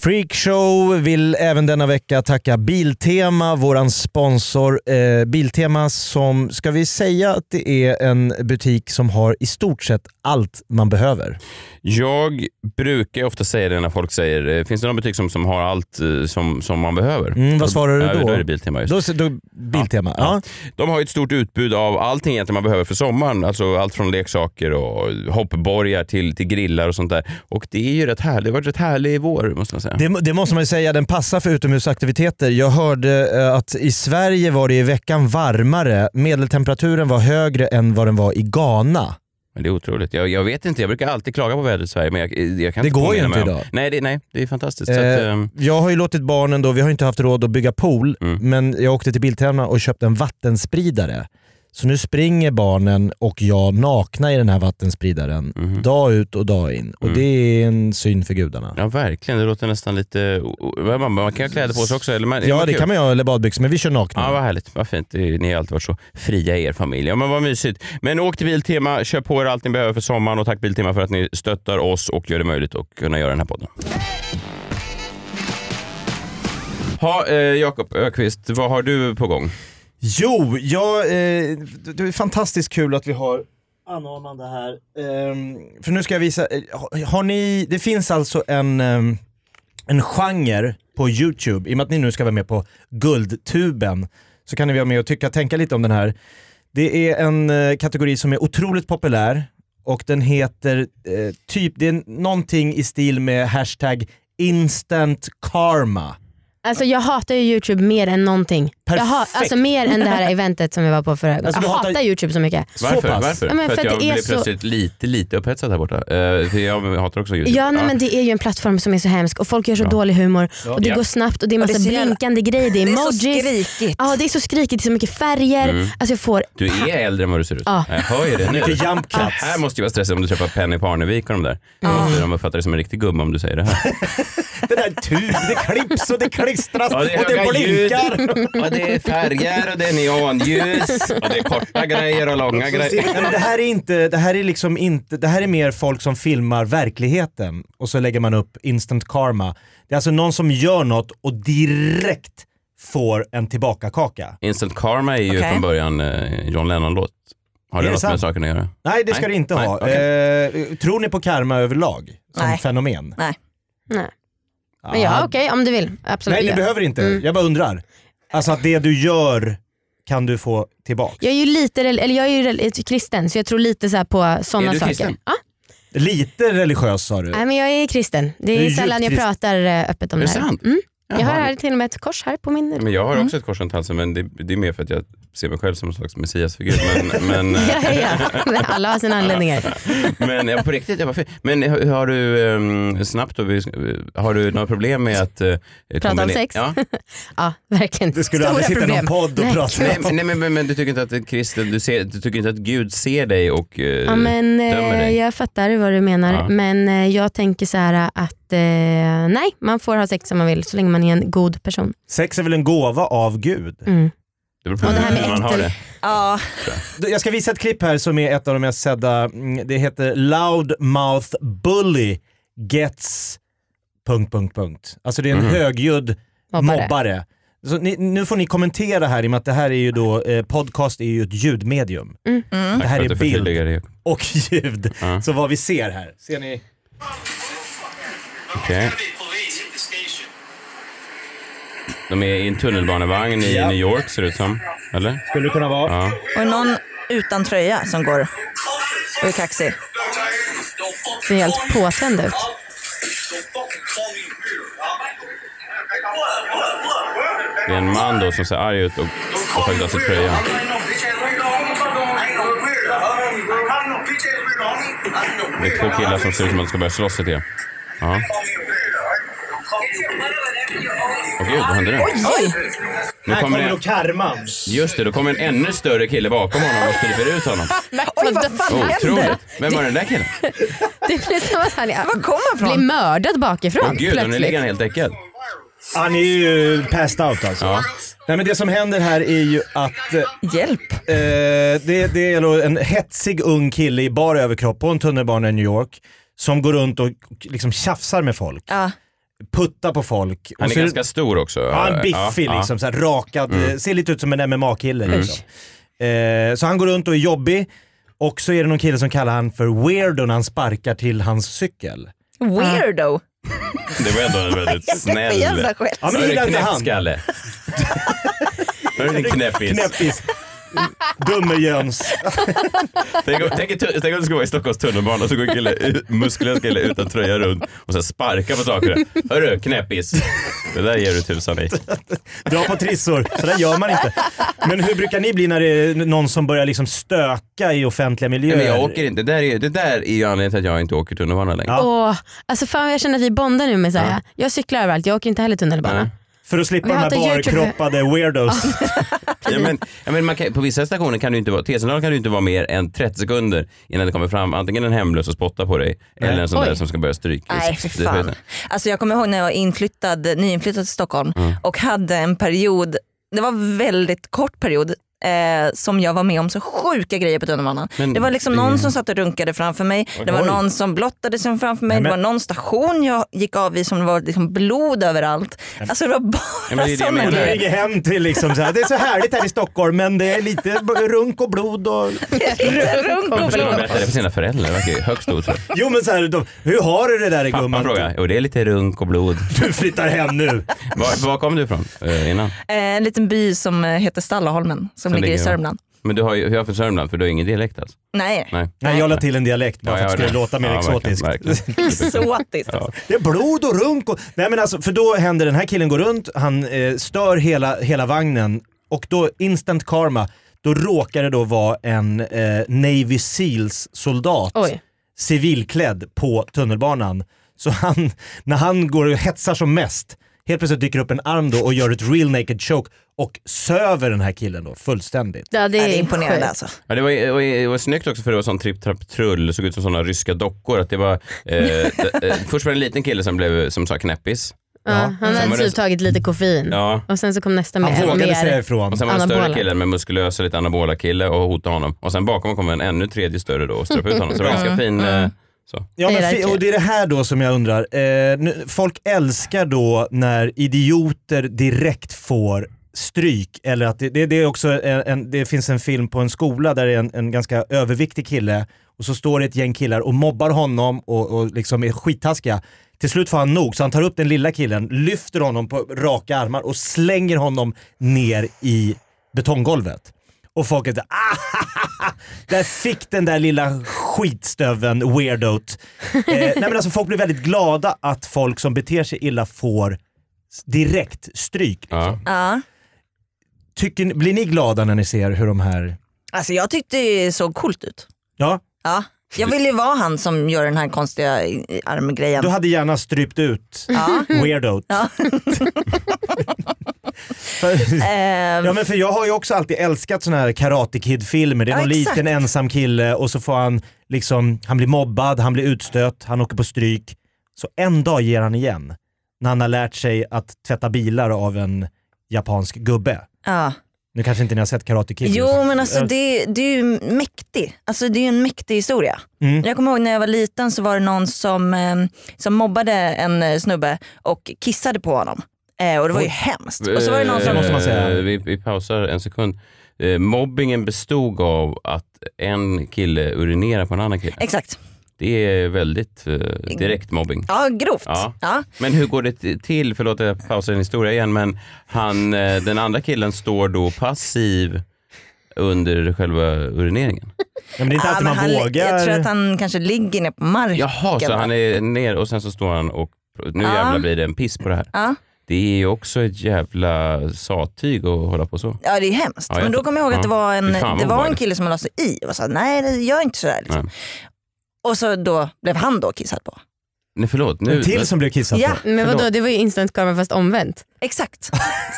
S2: Freakshow vill även denna vecka tacka Biltema, våran sponsor. Eh, Biltema som, ska vi säga att det är en butik som har i stort sett allt man behöver.
S1: Jag brukar ju ofta säga det när folk säger, eh, finns det någon butik som, som har allt eh, som, som man behöver?
S2: Mm, vad svarar du
S1: Ja,
S2: då?
S1: Då är det Biltema just.
S2: Då, då, Biltema, ja.
S1: Ja. De har ju ett stort utbud av allting egentligen man behöver för sommaren. Alltså allt från leksaker och hoppborgar till, till grillar och sånt där. Och det är ju rätt härligt. Det har varit rätt härlig vår måste man säga.
S2: Det, det måste man ju säga, den passar för utomhusaktiviteter. Jag hörde eh, att i Sverige var det i veckan varmare. Medeltemperaturen var högre än vad den var i Ghana.
S1: Men det är otroligt. Jag, jag vet inte, jag brukar alltid klaga på vädret i Sverige men jag, jag kan
S2: Det
S1: inte
S2: går ju
S1: påminna
S2: inte
S1: mig om-
S2: idag.
S1: Nej det, nej, det är fantastiskt. Så att,
S2: Eh,
S1: ehm,
S2: jag har ju låtit barnen då, vi har inte haft råd att bygga pool,
S1: Mm.
S2: men jag åkte till Biltema och köpte en vattenspridare. Så nu springer barnen och jag nakna i den här vattenspridaren
S1: Mhm.
S2: dag ut och dag in. Och
S1: Mm.
S2: det är en syn för gudarna. Ja.
S1: ja verkligen, det låter nästan lite... o- o- Man, man kan ha kläder på sig också. Eller man,
S2: det kan man ju ha, eller badbyxor, men vi kör nakna.
S4: Mm.
S1: Ja, vad härligt. Vad fint. Det är- Ni har alltid varit så fria i er familj. Ja, men vad mysigt. Men åk till Biltema, köp på er allt ni behöver för sommaren och tack Biltema för att ni stöttar oss och gör det möjligt att kunna göra den här podden. Ha, eh, Jakob Ökvist, vad har du på gång?
S2: Jo, jag, eh, det det är fantastiskt kul att vi har anordnande här. Ehm, för nu ska jag visa, eh, har, har ni, det finns alltså en, ehm, en genre på Youtube, i och med att ni nu ska vara med på Guldtuben så kan ni vara med och tycka tänka lite om den här. Det är en eh, kategori som är otroligt populär och den heter eh, typ, det är någonting i stil med hashtag instant karma.
S4: Alltså jag hatar ju YouTube mer än någonting. Jag ha,
S2: Perfekt.
S4: alltså mer än det här eventet som jag var på förra gången.
S2: Alltså, du
S4: jag
S2: hatar-
S4: hatar YouTube så mycket.
S2: Så
S1: Varför?
S2: pass.
S1: Varför?
S4: Ja, men
S1: för att
S4: för
S1: jag
S4: att det är
S1: blev
S4: så-
S1: plötsligt lite, lite upphetsad här borta. Eh, för jag hatar också Youtube.
S4: Ja nej, men det är ju en plattform som är så hemsk och folk gör så
S1: Ja.
S4: dålig humor och det
S1: Ja.
S4: går snabbt och det är massa
S3: det är så jävla-
S4: blinkande grejer, det är
S3: <laughs> Det är så
S4: emojis.
S3: skrikigt.
S4: Ja det är så skrikigt, det är så mycket färger.
S1: Mm.
S4: Alltså jag får
S1: Du är äldre än vad du ser ut.
S4: Ja.
S1: Jag hör ju det nu.
S2: Mycket jump
S1: Det
S2: cuts.
S1: här måste ju vara stressigt om du träffar Penny Parnevik och de där.
S4: Ah.
S1: Då måste de uppfatta dig som en riktig gumma om du säger det här.
S2: Det där tub, det klipps och det klistras
S1: Ja,
S2: och det
S1: höga
S2: blinkar.
S1: Ljud, och det är färger och det är neonljus och det är korta grejer och långa grejer.
S2: Nej, men det här är inte, det här är liksom inte, det här är mer folk som filmar verkligheten och så lägger man upp instant karma. Det är alltså någon som gör något och direkt får en tillbaka-kaka.
S1: Instant Karma är ju
S3: Okej.
S1: från början eh, John Lennon-låt. Har
S2: Är
S1: det
S2: det
S1: något med
S2: sant?
S1: saken att göra?
S2: Nej det ska
S1: Nej.
S2: det inte
S1: Nej,
S2: ha.
S1: okej.
S2: Eh, tror ni på karma överlag? Som
S3: Nej.
S2: fenomen?
S4: Nej. Men ja
S2: Ah,
S4: okej om du vill. Absolut.
S2: Nej ni
S4: Ja.
S2: behöver inte,
S4: Mm.
S2: jag bara undrar. Alltså att det du gör kan du få tillbaka.
S4: Jag är ju lite, rel- eller jag är ju rel- kristen så jag tror lite så här på sådana
S1: Är du
S4: saker.
S1: kristen?
S4: Ja,
S2: Lite religiös sa du.
S4: nej, men jag är kristen. Det
S2: Du är
S4: är,
S2: djupt
S4: sällan jag
S2: kristen.
S4: pratar eh, öppet om
S1: Är
S4: det
S1: det
S4: här.
S1: sant?
S4: Mm. Jag har
S1: Jaha.
S4: här Mm. till och med ett kors här på min... <laughs>
S1: Men jag har också ett kors runt halsen men det, det är mer för att jag ser mig själv som en slags messiasfigur. Men,
S4: <laughs>
S1: men, eh,
S4: Ja, ja. Men alla har sina anledningar.
S1: Men jag på riktigt, jag bara, fe- men har har du ehm, snabbt då, vi- har du några problem med att eh, kombinera-
S4: om sex? <laughs>
S1: Ja.
S4: Ja, verkligen.
S2: Det skulle
S4: Stora
S2: aldrig sitta i någon
S4: problem.
S2: podd och
S4: Nej,
S2: prata
S1: Nej,
S2: om.
S1: men- nej men, men, men du tycker inte att eh, kristen, du, ser, du tycker inte att Gud ser dig och eh,
S4: Ja, men,
S1: dömer
S4: eh,
S1: dig?
S4: jag fattar vad du menar
S1: Ja.
S4: men eh, jag tänker så här att eh, nej, man får ha sex som man vill så länge man är en god person.
S2: Sex är väl en gåva av gud?
S4: Mm.
S1: det beror på
S4: och det här
S1: hur
S4: med
S1: man har
S4: äkten-
S1: det.
S3: Ja,
S2: Du, Jag ska visa ett klipp här som är ett av de mest sedda. Mm, Det heter Loud Mouth Bully Gets... Punkt, punkt, punkt. Alltså det är en
S1: Mhm.
S2: högljudd
S4: Mobbare.
S2: mobbare. Så ni, nu får ni kommentera här i och med att det här är ju då, eh, podcast är ju ett ljudmedium. Mm.
S1: Tack
S2: Det här
S1: för att
S2: är
S1: du
S2: bild
S1: förtydligar det.
S2: och ljud.
S1: Ja.
S2: Så vad vi ser här. Ser ni?
S1: Okej. De är i en tunnelbanevagn i New York ser det ut som. Eller?
S2: Skulle det kunna vara?
S1: Ja.
S3: och någon utan tröja som går och är kaxig.
S4: Ser helt påtänd ut.
S1: Det är en man då som ser arg ut och, och tagit av sig tröjan. Det är två killar som ser ut som att de ska börja slåss lite grann. Ja. Åh gud, vad hände nu?
S3: Oj!
S1: Nu
S2: Här
S1: kommer
S2: kommer då
S1: det,
S2: karman.
S1: just det, då kommer en ännu större kille bakom honom och skriver ut honom.
S3: Oj, vad fan händer?
S1: Otroligt. Vem var den där killen?
S4: <laughs> Det blir som att han
S3: Var kom han
S4: blir
S3: från?
S4: mördad bakifrån
S1: Åh gud, och nu ligger
S4: plötsligt.
S1: han helt äckad.
S2: Han är ju passed out alltså.
S1: Ja.
S2: Nej men det som händer här är ju att eh,
S3: Hjälp.
S2: Eh, det, det är då en hetsig ung kille i bar överkropp på en tunnelbana i New York som går runt och liksom tjafsar med folk.
S3: Ja.
S2: Puttar på folk.
S1: Han
S2: Och
S1: är
S2: så-
S1: ganska stor också.
S2: ja, han är
S1: Ja,
S2: biffig
S1: ja. Mm.
S2: liksom, så här, rakad. eh, Ser lite ut som en MMA-kille. Liksom. Eh, så han går runt och är jobbig. Och så är det någon kille som kallar han för weirdo när han sparkar till hans cykel.
S3: Weirdo.
S1: Det var ändå en väldigt snäll...
S3: Jävla skämt.
S2: Ja men det
S1: Hörru,
S2: gillar inte han. <laughs>
S1: knäppskalle. Hörru din knäppis.
S2: Knäppis. Dummerjöns.
S1: Tänk om, tänk, tänk om det skulle vara i Stockholms tunnelbana och så går en kille, ut- muskulös kille utan tröja runt och så sparkar på saker. Hörru, knäppis. Det där ger du tusan i.
S2: Dra på trissor. Så där gör man inte. Men hur brukar ni bli när det är någon som börjar liksom stöka i offentliga miljöer?
S1: Men jag åker inte. Det där är, det där är ju anledningen till att jag inte åker tunnelbana längre.
S2: Ja.
S4: Åh, alltså fan jag känner att vi bondar nu med så här. Jag cyklar överallt, jag åker inte heller tunnelbana.
S1: Nej.
S2: För att slippa
S4: Vi
S2: de här
S4: hatar YouTube.
S2: barkroppade
S4: <laughs>
S2: weirdos.
S1: Ja, men, ja, men man kan, på vissa stationer kan du inte vara, T-centralen kan du inte vara mer än 30 sekunder innan det kommer fram antingen en hemlös och spottar på dig eller en sån där
S4: Oj.
S1: som ska börja stryka.
S3: Nej för fan. Alltså jag kommer ihåg när jag var inflyttad, nyinflyttad till Stockholm
S1: Mm.
S3: och hade en period, det var en väldigt kort period, eh, som jag var med om så sjuka grejer på tunnelbanan.
S1: Men
S3: Det var liksom någon som satt och runkade framför mig, det var
S1: Oj.
S3: någon som blottade sig framför mig,
S2: Nej, men-
S3: det var någon station jag gick av i som det var liksom blod överallt. Alltså det var
S1: Ja, men det är
S3: bara
S1: det jag
S3: sådana
S1: menar.
S2: Du <laughs>
S3: grejer.
S2: ringer hem till liksom så här, det är så härligt här i Stockholm men det är lite b- runk och blod och...
S3: Runk och
S1: Varför skulle de
S3: blod.
S1: berätta det för sina föräldrar? Det verkar ju högst otroligt.
S2: Jo men så här, de, hur har du det där i
S1: Pappan
S2: gumman?
S1: frågar, och det är lite runk och blod.
S2: Du flyttar hem nu.
S1: Var, var kom du ifrån eh, innan?
S3: Eh, En liten by som eh, heter Stallaholmen som ligger i
S1: ligger-
S3: Sörmland.
S1: Men du har ju, jag är från Sörmland för du har ingen dialekt alltså?
S3: Nej, <laughs>
S1: Nej.
S2: Nej, jag la till en dialekt bara
S1: Ja,
S2: för att det
S1: jag
S2: skulle
S1: hörde.
S2: låta mer
S1: Ja,
S2: exotiskt.
S1: verkligen,
S2: <laughs>
S3: <laughs>
S1: verkligen.
S3: exotiskt.
S1: Ja.
S2: Det är blod och runk och... Nej men alltså, för då händer den här killen går runt, han eh, stör hela, hela vagnen och då instant karma, då råkar det då vara en eh, Navy Seals soldat
S4: Oj.
S2: civilklädd på tunnelbanan. Så han, när han går och hetsar som mest, helt plötsligt dyker upp en arm då och gör ett real naked choke och söver den här killen då fullständigt.
S4: Ja, det
S3: Det
S4: är,
S3: är imponerande
S4: sjukt.
S3: alltså.
S1: Ja, det, var, det, var, det var snyggt också för det var sån tripp trapp trull, det såg ut som såna ryska dockor. Att det
S3: <laughs>
S1: var, eh, eh, först var det en liten kille som, blev, som sa knäppis.
S4: Ja, han
S1: Sen
S4: hade
S1: var det
S4: typ
S1: så-
S4: tagit lite koffein
S1: Ja.
S4: och sen så kom nästa med. E
S2: Han vågade
S4: mer.
S2: säga ifrån.
S1: Och sen var det en större
S4: Anabola.
S1: kille med muskulösa, lite anabola kille och hotade honom. Och sen bakom kom en ännu tredje större då och ströp ut honom. Så det
S3: <laughs>
S1: var ganska fin. Eh, så.
S2: Ja, men, fi-
S4: Hierarki.
S2: och det är det här då som jag undrar. Eh, nu, folk älskar då när idioter direkt får stryk. Eller att det, det, det, är också en, en, det finns en film på en skola där det är en, en ganska överviktig kille och så står det ett gäng killar och mobbar honom och, och liksom är skittaskiga. Till slut får han nog så han tar upp den lilla killen, lyfter honom på raka armar och slänger honom ner i betonggolvet. Och folket ah, där fick den där lilla skitstöven weirdoat. Eh, nej men alltså folk blir väldigt glada att folk som beter sig illa får s- direkt stryk.
S1: Ja.
S3: Ja.
S2: Tycker, ni- blir ni glada när ni ser hur de här...
S3: Alltså jag tyckte det såg coolt ut.
S2: Ja,
S3: Ja. Jag vill ju vara han som gör den här konstiga i- i armgrejen.
S2: du hade gärna strypt ut
S3: Ja.
S2: weirdoat.
S3: Ja.
S2: <laughs> För,
S3: Ehm,
S2: ja men för jag har ju också alltid älskat såna här Karate Kid-filmer. Det är
S3: Ja,
S2: någon
S3: exakt.
S2: liten ensam kille och så får han liksom, han blir mobbad, han blir utstött, han åker på stryk. Så en dag ger han igen. När han har lärt sig att tvätta bilar av en japansk gubbe.
S3: ja.
S2: Nu kanske inte ni har sett Karate Kid.
S3: Jo men alltså
S2: Ja.
S3: det, det är ju mäktigt. Alltså det är ju en mäktig historia.
S2: Mm.
S3: Jag kommer ihåg när jag var liten så var det någon som, eh, som mobbade en eh, snubbe och kissade på honom. Eh, och det var ju hemskt. Och så var det någon som...
S2: Det måste man säga.
S1: Eh, Vi, vi pausar en sekund. Eh, mobbingen bestod av att en kille urinerade på en annan kille.
S3: Exakt.
S1: Det är väldigt eh, direkt mobbing.
S3: Ja grovt.
S1: Ja.
S3: Ja.
S1: Men hur går det t- till, förlåt att jag pausar din historia igen, men han, eh, den andra killen står då passiv under själva urineringen?
S2: Ja, men det är inte
S3: Ja,
S2: alltid
S3: ah, men
S2: man
S3: han,
S2: vågar.
S3: Jag tror att han kanske ligger ner på marken.
S1: Jaha, så han är ner och sen så står han och nu
S3: Ja.
S1: jävlar blir det en piss på det här.
S3: Ja.
S1: Det är ju också ett jävla sattyg att hålla på så.
S3: Ja det är hemskt.
S1: Ja, jag
S3: men då
S1: fattar.
S3: kommer jag ihåg att det
S1: Ja.
S3: var en,
S1: Fy fan, vad
S3: det var en
S1: obehagligt.
S3: kille som la sig i och sa nej det gör inte sådär. Liksom.
S1: Nej.
S3: Och så då blev han då kissad på.
S1: Nej förlåt, nu...
S2: En till som blev kissad
S3: Ja.
S2: på.
S4: Men vadå,
S2: Förlåt.
S4: det var ju instant karma fast omvänt.
S1: <laughs>
S3: Exakt.
S4: <laughs>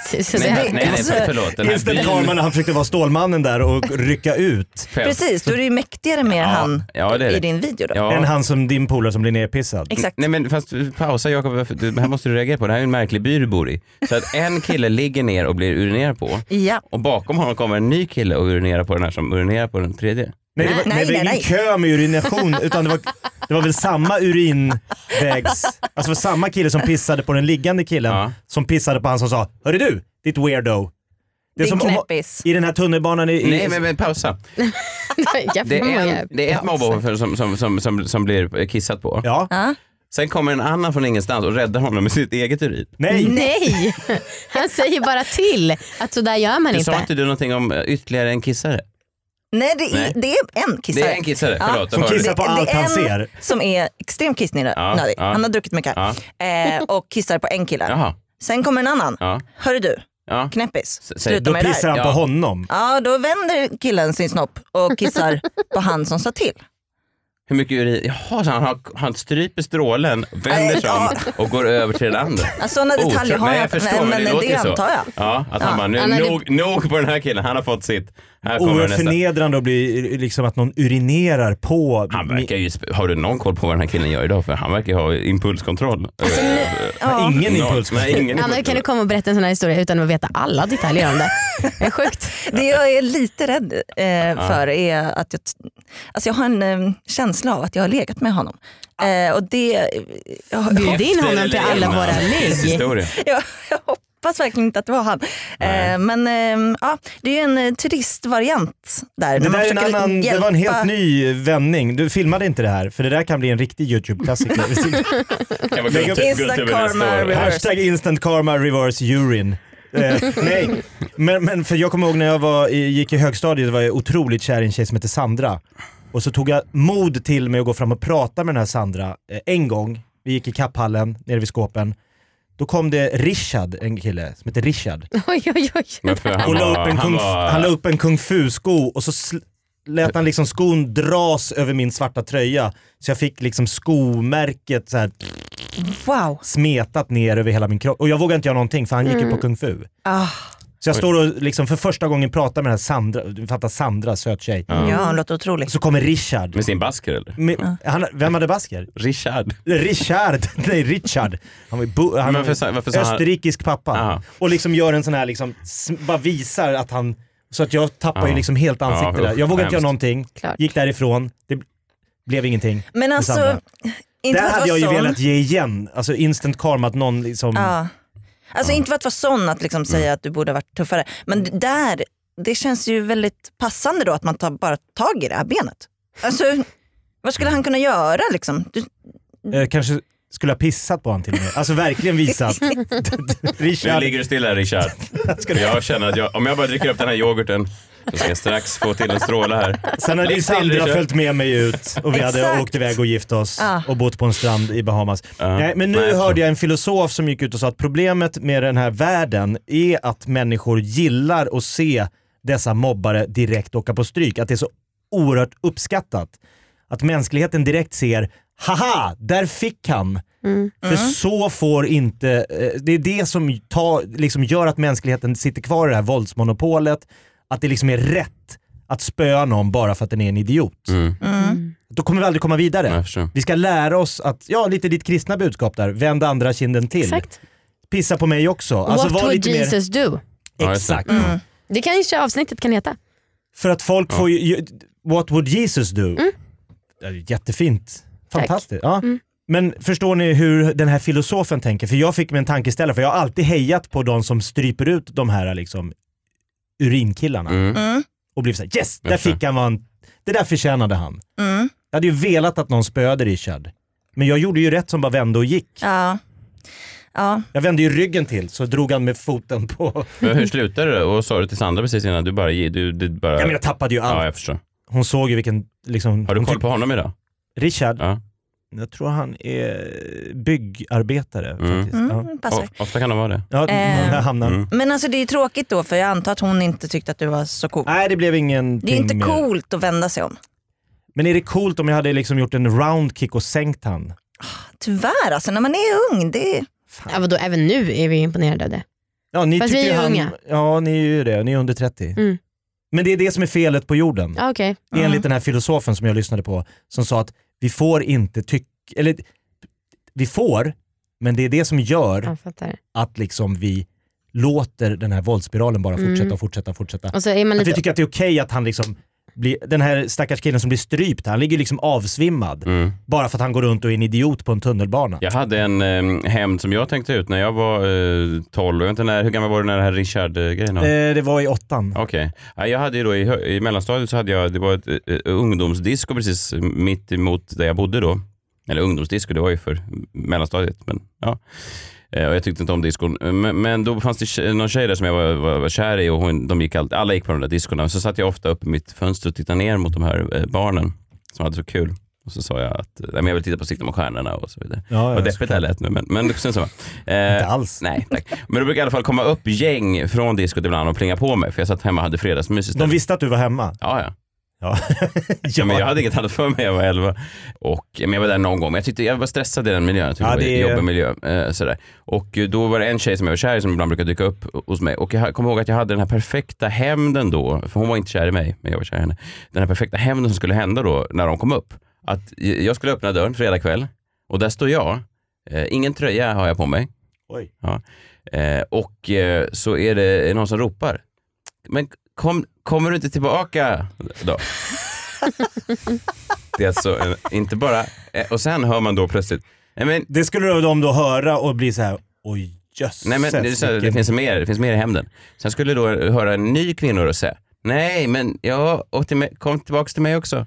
S4: Så- så
S1: Nej,
S4: det-
S1: nej, nej,
S3: alltså-
S1: förlåt. Den här
S2: Instant
S1: byn...
S2: karma när han försökte vara Stålmannen där och rycka ut.
S1: Fem-
S3: Precis, då är det ju mäktigare med
S1: Ja,
S3: han
S1: ja, det är
S3: i
S1: det.
S3: din video. Då.
S1: Ja.
S2: Än han som din polare som blir nerpissad.
S3: Exakt.
S1: Nej men fast pausa Jakob, varför- du- det här måste du reagera på. Det här är en märklig by du bor i. Så att en kille ligger ner och blir urinerad på
S3: Ja.
S1: och bakom honom kommer en ny kille och urinerar på den här som urinerar på den tredje.
S2: Nej, det var,
S3: Nej,
S2: nej, det var
S3: nej,
S2: ingen
S3: nej.
S2: kö med
S3: <laughs>
S2: urination utan det var, det var väl samma
S3: <laughs>
S2: urinvägs... Alltså det var samma kille som pissade på den liggande killen
S1: Ja.
S2: som pissade på han som sa “Hörru du, ditt weirdo”. Det är
S3: Din
S2: som om-
S3: knäppis.
S2: I den här tunnelbanan i... i
S1: Nej men, men pausa.
S4: Jävlar,
S1: Det
S4: vad
S1: är,
S4: många-
S1: en, det är ett
S4: Ja, exakt.
S1: mobboffer som, som, som, som, som blir kissat på.
S2: Ja.
S3: Ja.
S1: Sen kommer en annan från ingenstans och räddar honom med sitt eget urin.
S2: Nej.
S4: Nej, han säger bara till att sådär gör man
S1: Du
S4: inte.
S1: sa inte du någonting om eh, ytterligare en kissare?
S3: Nej, det är,
S1: Nej.
S3: det är en kissare.
S1: Det är en kissare,
S3: Ja.
S1: förlåt.
S2: Som
S1: jag hörde.
S2: kissar på
S3: Det- det
S2: allt
S3: är
S2: han
S3: en
S2: ser.
S3: Som är extremt kissnödig.
S1: Ja, ja.
S3: Han har druckit mycket
S1: Ja.
S3: eh, och kissar på en kille.
S1: Jaha,
S3: Sen kommer en annan.
S1: ja.
S3: Hörru du,
S1: ja.
S3: knäppis.
S1: S- säg-
S3: Sluta
S2: Då
S3: med det
S2: pissar
S3: där.
S2: han
S1: Ja.
S2: på honom.
S3: Ja, då vänder killen sin snopp
S2: <laughs>
S3: och kissar på han som sa till.
S1: Hur mycket urin? Jaha, så han, har, han stryper strålen, vänder sig om och går över till den andra.
S3: Ja, Sådana
S1: Oh,
S3: detaljer har
S1: nej,
S3: jag,
S1: jag förstår, men det låter ju så.
S3: antar jag.
S1: Ja, att han bara, nu,
S4: Han hade-
S1: nog, nog på den här killen, han har fått sitt. Här kommer
S2: Oerhört
S1: nästa.
S2: förnedrande att bli liksom att någon urinerar på...
S1: Han verkar ju, sp- har du någon koll på vad den här killen gör idag? För han verkar ju ha impulskontroll. Alltså,
S2: Har Ingen impuls.
S1: Nej, ingen
S4: Anna, hur kan du komma och berätta en sån här historia utan att veta alla detaljer om det? Det
S2: <laughs>
S4: är sjukt.
S3: Det jag är lite rädd eh, för är att jag, t- alltså jag har en eh, känsla av att jag har legat med honom. Eh, och det, jag,
S4: Bjud in honom till alla
S1: Innan
S4: våra
S1: hans
S4: ligg.
S1: historia.
S3: <laughs> jag, jag hoppas verkligen inte att det var han. Eh, men eh, ja, det är ju en eh, turistvariant där.
S2: Det,
S3: när man
S2: där är en
S3: försöker
S2: annan, det
S3: hjälpa-
S2: var en helt ny vändning. Du filmade inte det här för det där kan bli en riktig
S3: <laughs>
S2: YouTube-klassiker.
S1: Kan vara gott-
S2: Lägg upp
S1: gott
S3: Insta
S1: över nästa
S3: karma
S1: år.
S3: reverse.
S2: Hashtag instant karma reverse urine.
S1: <laughs>
S2: Eh, nej, men, men för jag kommer ihåg när jag var, i- gick i högstadiet var jag otroligt kär i en tjej som hette Sandra. Och så tog jag mod till mig att gå fram och prata med den här Sandra eh, en gång. Vi gick i kapphallen nere vid skåpen. Då kom det Richard, en kille som heter Richard.
S4: Oj, oj, oj.
S1: Men för han
S2: Och la
S1: var-
S2: upp en
S1: han
S2: kung,
S1: var-
S2: han la upp en kung fu-sko och så sl- lät han liksom skon dras över min svarta tröja. Så jag fick liksom skomärket så här
S3: Wow.
S2: smetat ner över hela min kropp. Och jag vågade inte göra någonting för han gick ju på kung fu.
S3: Ah,
S2: Så jag står och liksom för första gången pratar med den här Sandra, du fattar Sandra, söt tjej.
S3: ja, han låter otrolig.
S2: Så kommer Richard.
S1: Med sin basker eller?
S2: Med, han, vem hade basker?
S1: Richard.
S2: Richard! <laughs> Nej, Richard. Han var ju bo, han
S1: Men
S2: var
S1: varför sa- varför sa han-
S2: österrikisk pappa.
S1: Ja.
S2: Och liksom gör en sån här, liksom, sm- bara visar att han... Så att jag tappar
S1: Ja.
S2: ju liksom helt ansiktet
S1: Ja,
S2: där. Jag vågade inte göra
S1: hemskt.
S2: någonting,
S4: Klart.
S2: gick därifrån, det bl- blev ingenting.
S3: Men alltså,
S2: Sandra.
S3: inte
S2: Där
S3: för att
S2: hade
S3: vara
S2: jag ju
S3: sån.
S2: velat ge igen. Alltså instant karma, att någon liksom...
S3: Ja. Alltså inte för att vara sån att
S2: Mm.
S3: liksom säga att du borde ha varit tuffare. Men d- där, det känns ju väldigt passande då att man tar bara tag i det här benet. Alltså, vad skulle han kunna göra liksom? Du,
S2: Eh, kanske skulle ha pissat på honom till och med. Alltså verkligen
S3: <laughs>
S2: visat.
S1: Nu
S2: Richard,
S1: ligger du still här
S2: <laughs>
S1: Richard. Jag känner att jag, om jag bara dricker upp den här yoghurten så ska jag strax få till en stråle här.
S2: sen hade ju
S1: Ligg still,
S2: Sandra
S1: Richard.
S2: följt med mig ut och vi hade
S3: Exakt.
S2: åkt iväg och gift oss
S3: Ah.
S2: och bott på en strand i Bahamas.
S1: Ja.
S2: Nej, men nu
S1: Nej, jag tror-
S2: hörde jag en filosof som gick ut och sa att problemet med den här världen är att människor gillar att se dessa mobbare direkt åka på stryk. Att det är så oerhört uppskattat. Att mänskligheten direkt ser Haha, där fick han! För så får inte... eh, Det är det som ta, liksom gör att mänskligheten sitter kvar i det här våldsmonopolet. Att det liksom är rätt att spöa någon bara för att den är en idiot.
S1: Mm.
S2: Då kommer vi aldrig komma vidare.
S1: Jag förstår.
S2: Vi ska lära oss att, ja lite ditt kristna budskap där, vänd andra kinden till.
S4: Exakt.
S2: Pissa på mig också. Alltså,
S4: What
S2: var
S4: would
S2: lite mer-
S4: Jesus Mm. do?
S1: Ja, just det.
S2: Exakt.
S4: Det kanske avsnittet kan heta.
S2: För att folk får ju, ju- what would Jesus do? Det är Jättefint.
S4: Tack.
S2: Fantastiskt. Ja. Men förstår ni hur den här filosofen tänker? För jag fick mig en tankeställare, för jag har alltid hejat på de som stryper ut de här liksom, urinkillarna.
S1: Mm.
S2: Och blivit såhär, yes! Där
S1: Just det.
S2: fick han vad han, det där förtjänade han.
S3: mm,
S2: Jag hade ju velat att någon spöade Richard. Men jag gjorde ju rätt som bara vände och gick.
S3: ja. Ja,
S2: Jag vände ju ryggen till så drog han med foten på...
S1: Men hur slutade det? Och sa du till Sandra precis innan? Du bara... Du, du bara...
S2: Ja, men jag tappade ju
S1: Ja,
S2: allt.
S1: jag förstår.
S2: Hon såg ju vilken... Liksom,
S1: Har du
S2: hon
S1: koll
S2: tyck-
S1: på honom idag?
S2: Richard,
S1: Ja.
S2: jag tror han är byggarbetare
S1: Mm.
S2: faktiskt. Ja.
S3: mm, passar.
S1: Of- Ofta kan de vara det.
S2: Ja,
S4: Eh.
S2: där hamnar han.
S1: Mm.
S3: Men alltså det är tråkigt då för jag antar att hon inte tyckte att du var så cool.
S2: Nej, det blev ingen
S3: Det är inte coolt att vända sig om.
S2: Men är det coolt om jag hade liksom gjort en roundkick och sänkt han?
S3: Tyvärr alltså, när man är ung, det är...
S4: Ja, vadå, även nu är vi imponerade av det.
S2: Ja, ni
S4: Fast
S2: tycker
S4: vi är ju
S2: han...
S4: unga.
S2: Ja, ni är ju det. Ni är under 30.
S4: Mm.
S2: Men det är det som är felet på jorden.
S4: Ja, Mm. okej.
S2: enligt den här filosofen som jag lyssnade på, som sa att vi får inte tycka, eller vi får, men det är det som gör
S4: Jag fattar.
S2: att liksom vi låter den här våldsspiralen bara fortsätta
S4: Mm.
S2: och fortsätta och fortsätta.
S4: Och så är man
S2: Att vi
S4: lite...
S2: tycker att det är okej att han liksom blir, den här stackars killen som blir strypt, han ligger liksom avsvimmad
S1: Mm.
S2: bara för att han går runt och är en idiot på en tunnelbana.
S1: Jag hade en eh, hämnd som jag tänkte ut när jag var eh, 12. Jag vet inte när, hur gammal var du när den här Richard-grejen var?
S2: Eh, det var i åttan.
S1: Okej. Ja, Jag hade ju då i, hö- i mellanstadiet så hade jag, det var ett eh, ungdomsdisco precis mitt emot där jag bodde då. Eller ungdomsdisco, det var ju för mellanstadiet. Men, ja. Eh, Och jag tyckte inte om diskon. Eh, Men, men då fanns det tje- någon tjej där som jag var, var, var kär i och hon, de gick all, alla gick på de där diskorna. Så satt jag ofta uppe i mitt fönster och tittade ner mot de här eh, barnen som hade så kul. Och så sa jag att eh, "Nej, men jag vill titta på Sikta mot stjärnorna och så vidare.
S2: Ja,
S1: Vad
S2: ja,
S1: deppigt det här
S2: såklart.
S1: lät nu. Men, men sen så.
S2: Inte
S1: Eh,
S2: alls.
S1: Nej, tack. Men det brukar i alla fall komma upp gäng från diskot ibland och plinga på mig för jag satt hemma och hade fredagsmys istället.
S2: De visste att du var hemma.
S1: Ja, ja.
S2: Ja.
S1: ja men jag hade inget annat för mig, jag var 11. Och, men jag var där någon gång, men jag, tyckte, jag var stressad i den miljön. Jag tyckte det
S2: Ja,
S1: var
S2: det
S1: en
S2: är-
S1: jobbig miljö. Eh, sådär. Och eh, då var det en tjej som jag var kär i som ibland brukar dyka upp hos mig. Och jag ha- kommer ihåg att jag hade den här perfekta hämnden då, för hon var inte kär i mig, men jag var kär i henne. Den här perfekta hämnden som skulle hända då när de kom upp. Att eh, jag skulle öppna dörren fredag kväll och där står jag. Eh, ingen tröja har jag på mig.
S2: Oj.
S1: Eh, och eh, så är det någon som ropar. Men kom, kommer du inte tillbaka då? det är alltså en, inte bara... Eh, och sen hör man då plötsligt... Nej men,
S2: Det skulle de då höra och bli så här, oj jösses.
S1: nej, men det, är så, här, det,
S2: vilken-
S1: finns mer, det finns mer i hämnden. Sen skulle då höra en ny kvinnoröst Nej men ja, och till mig, kom tillbaka till mig också.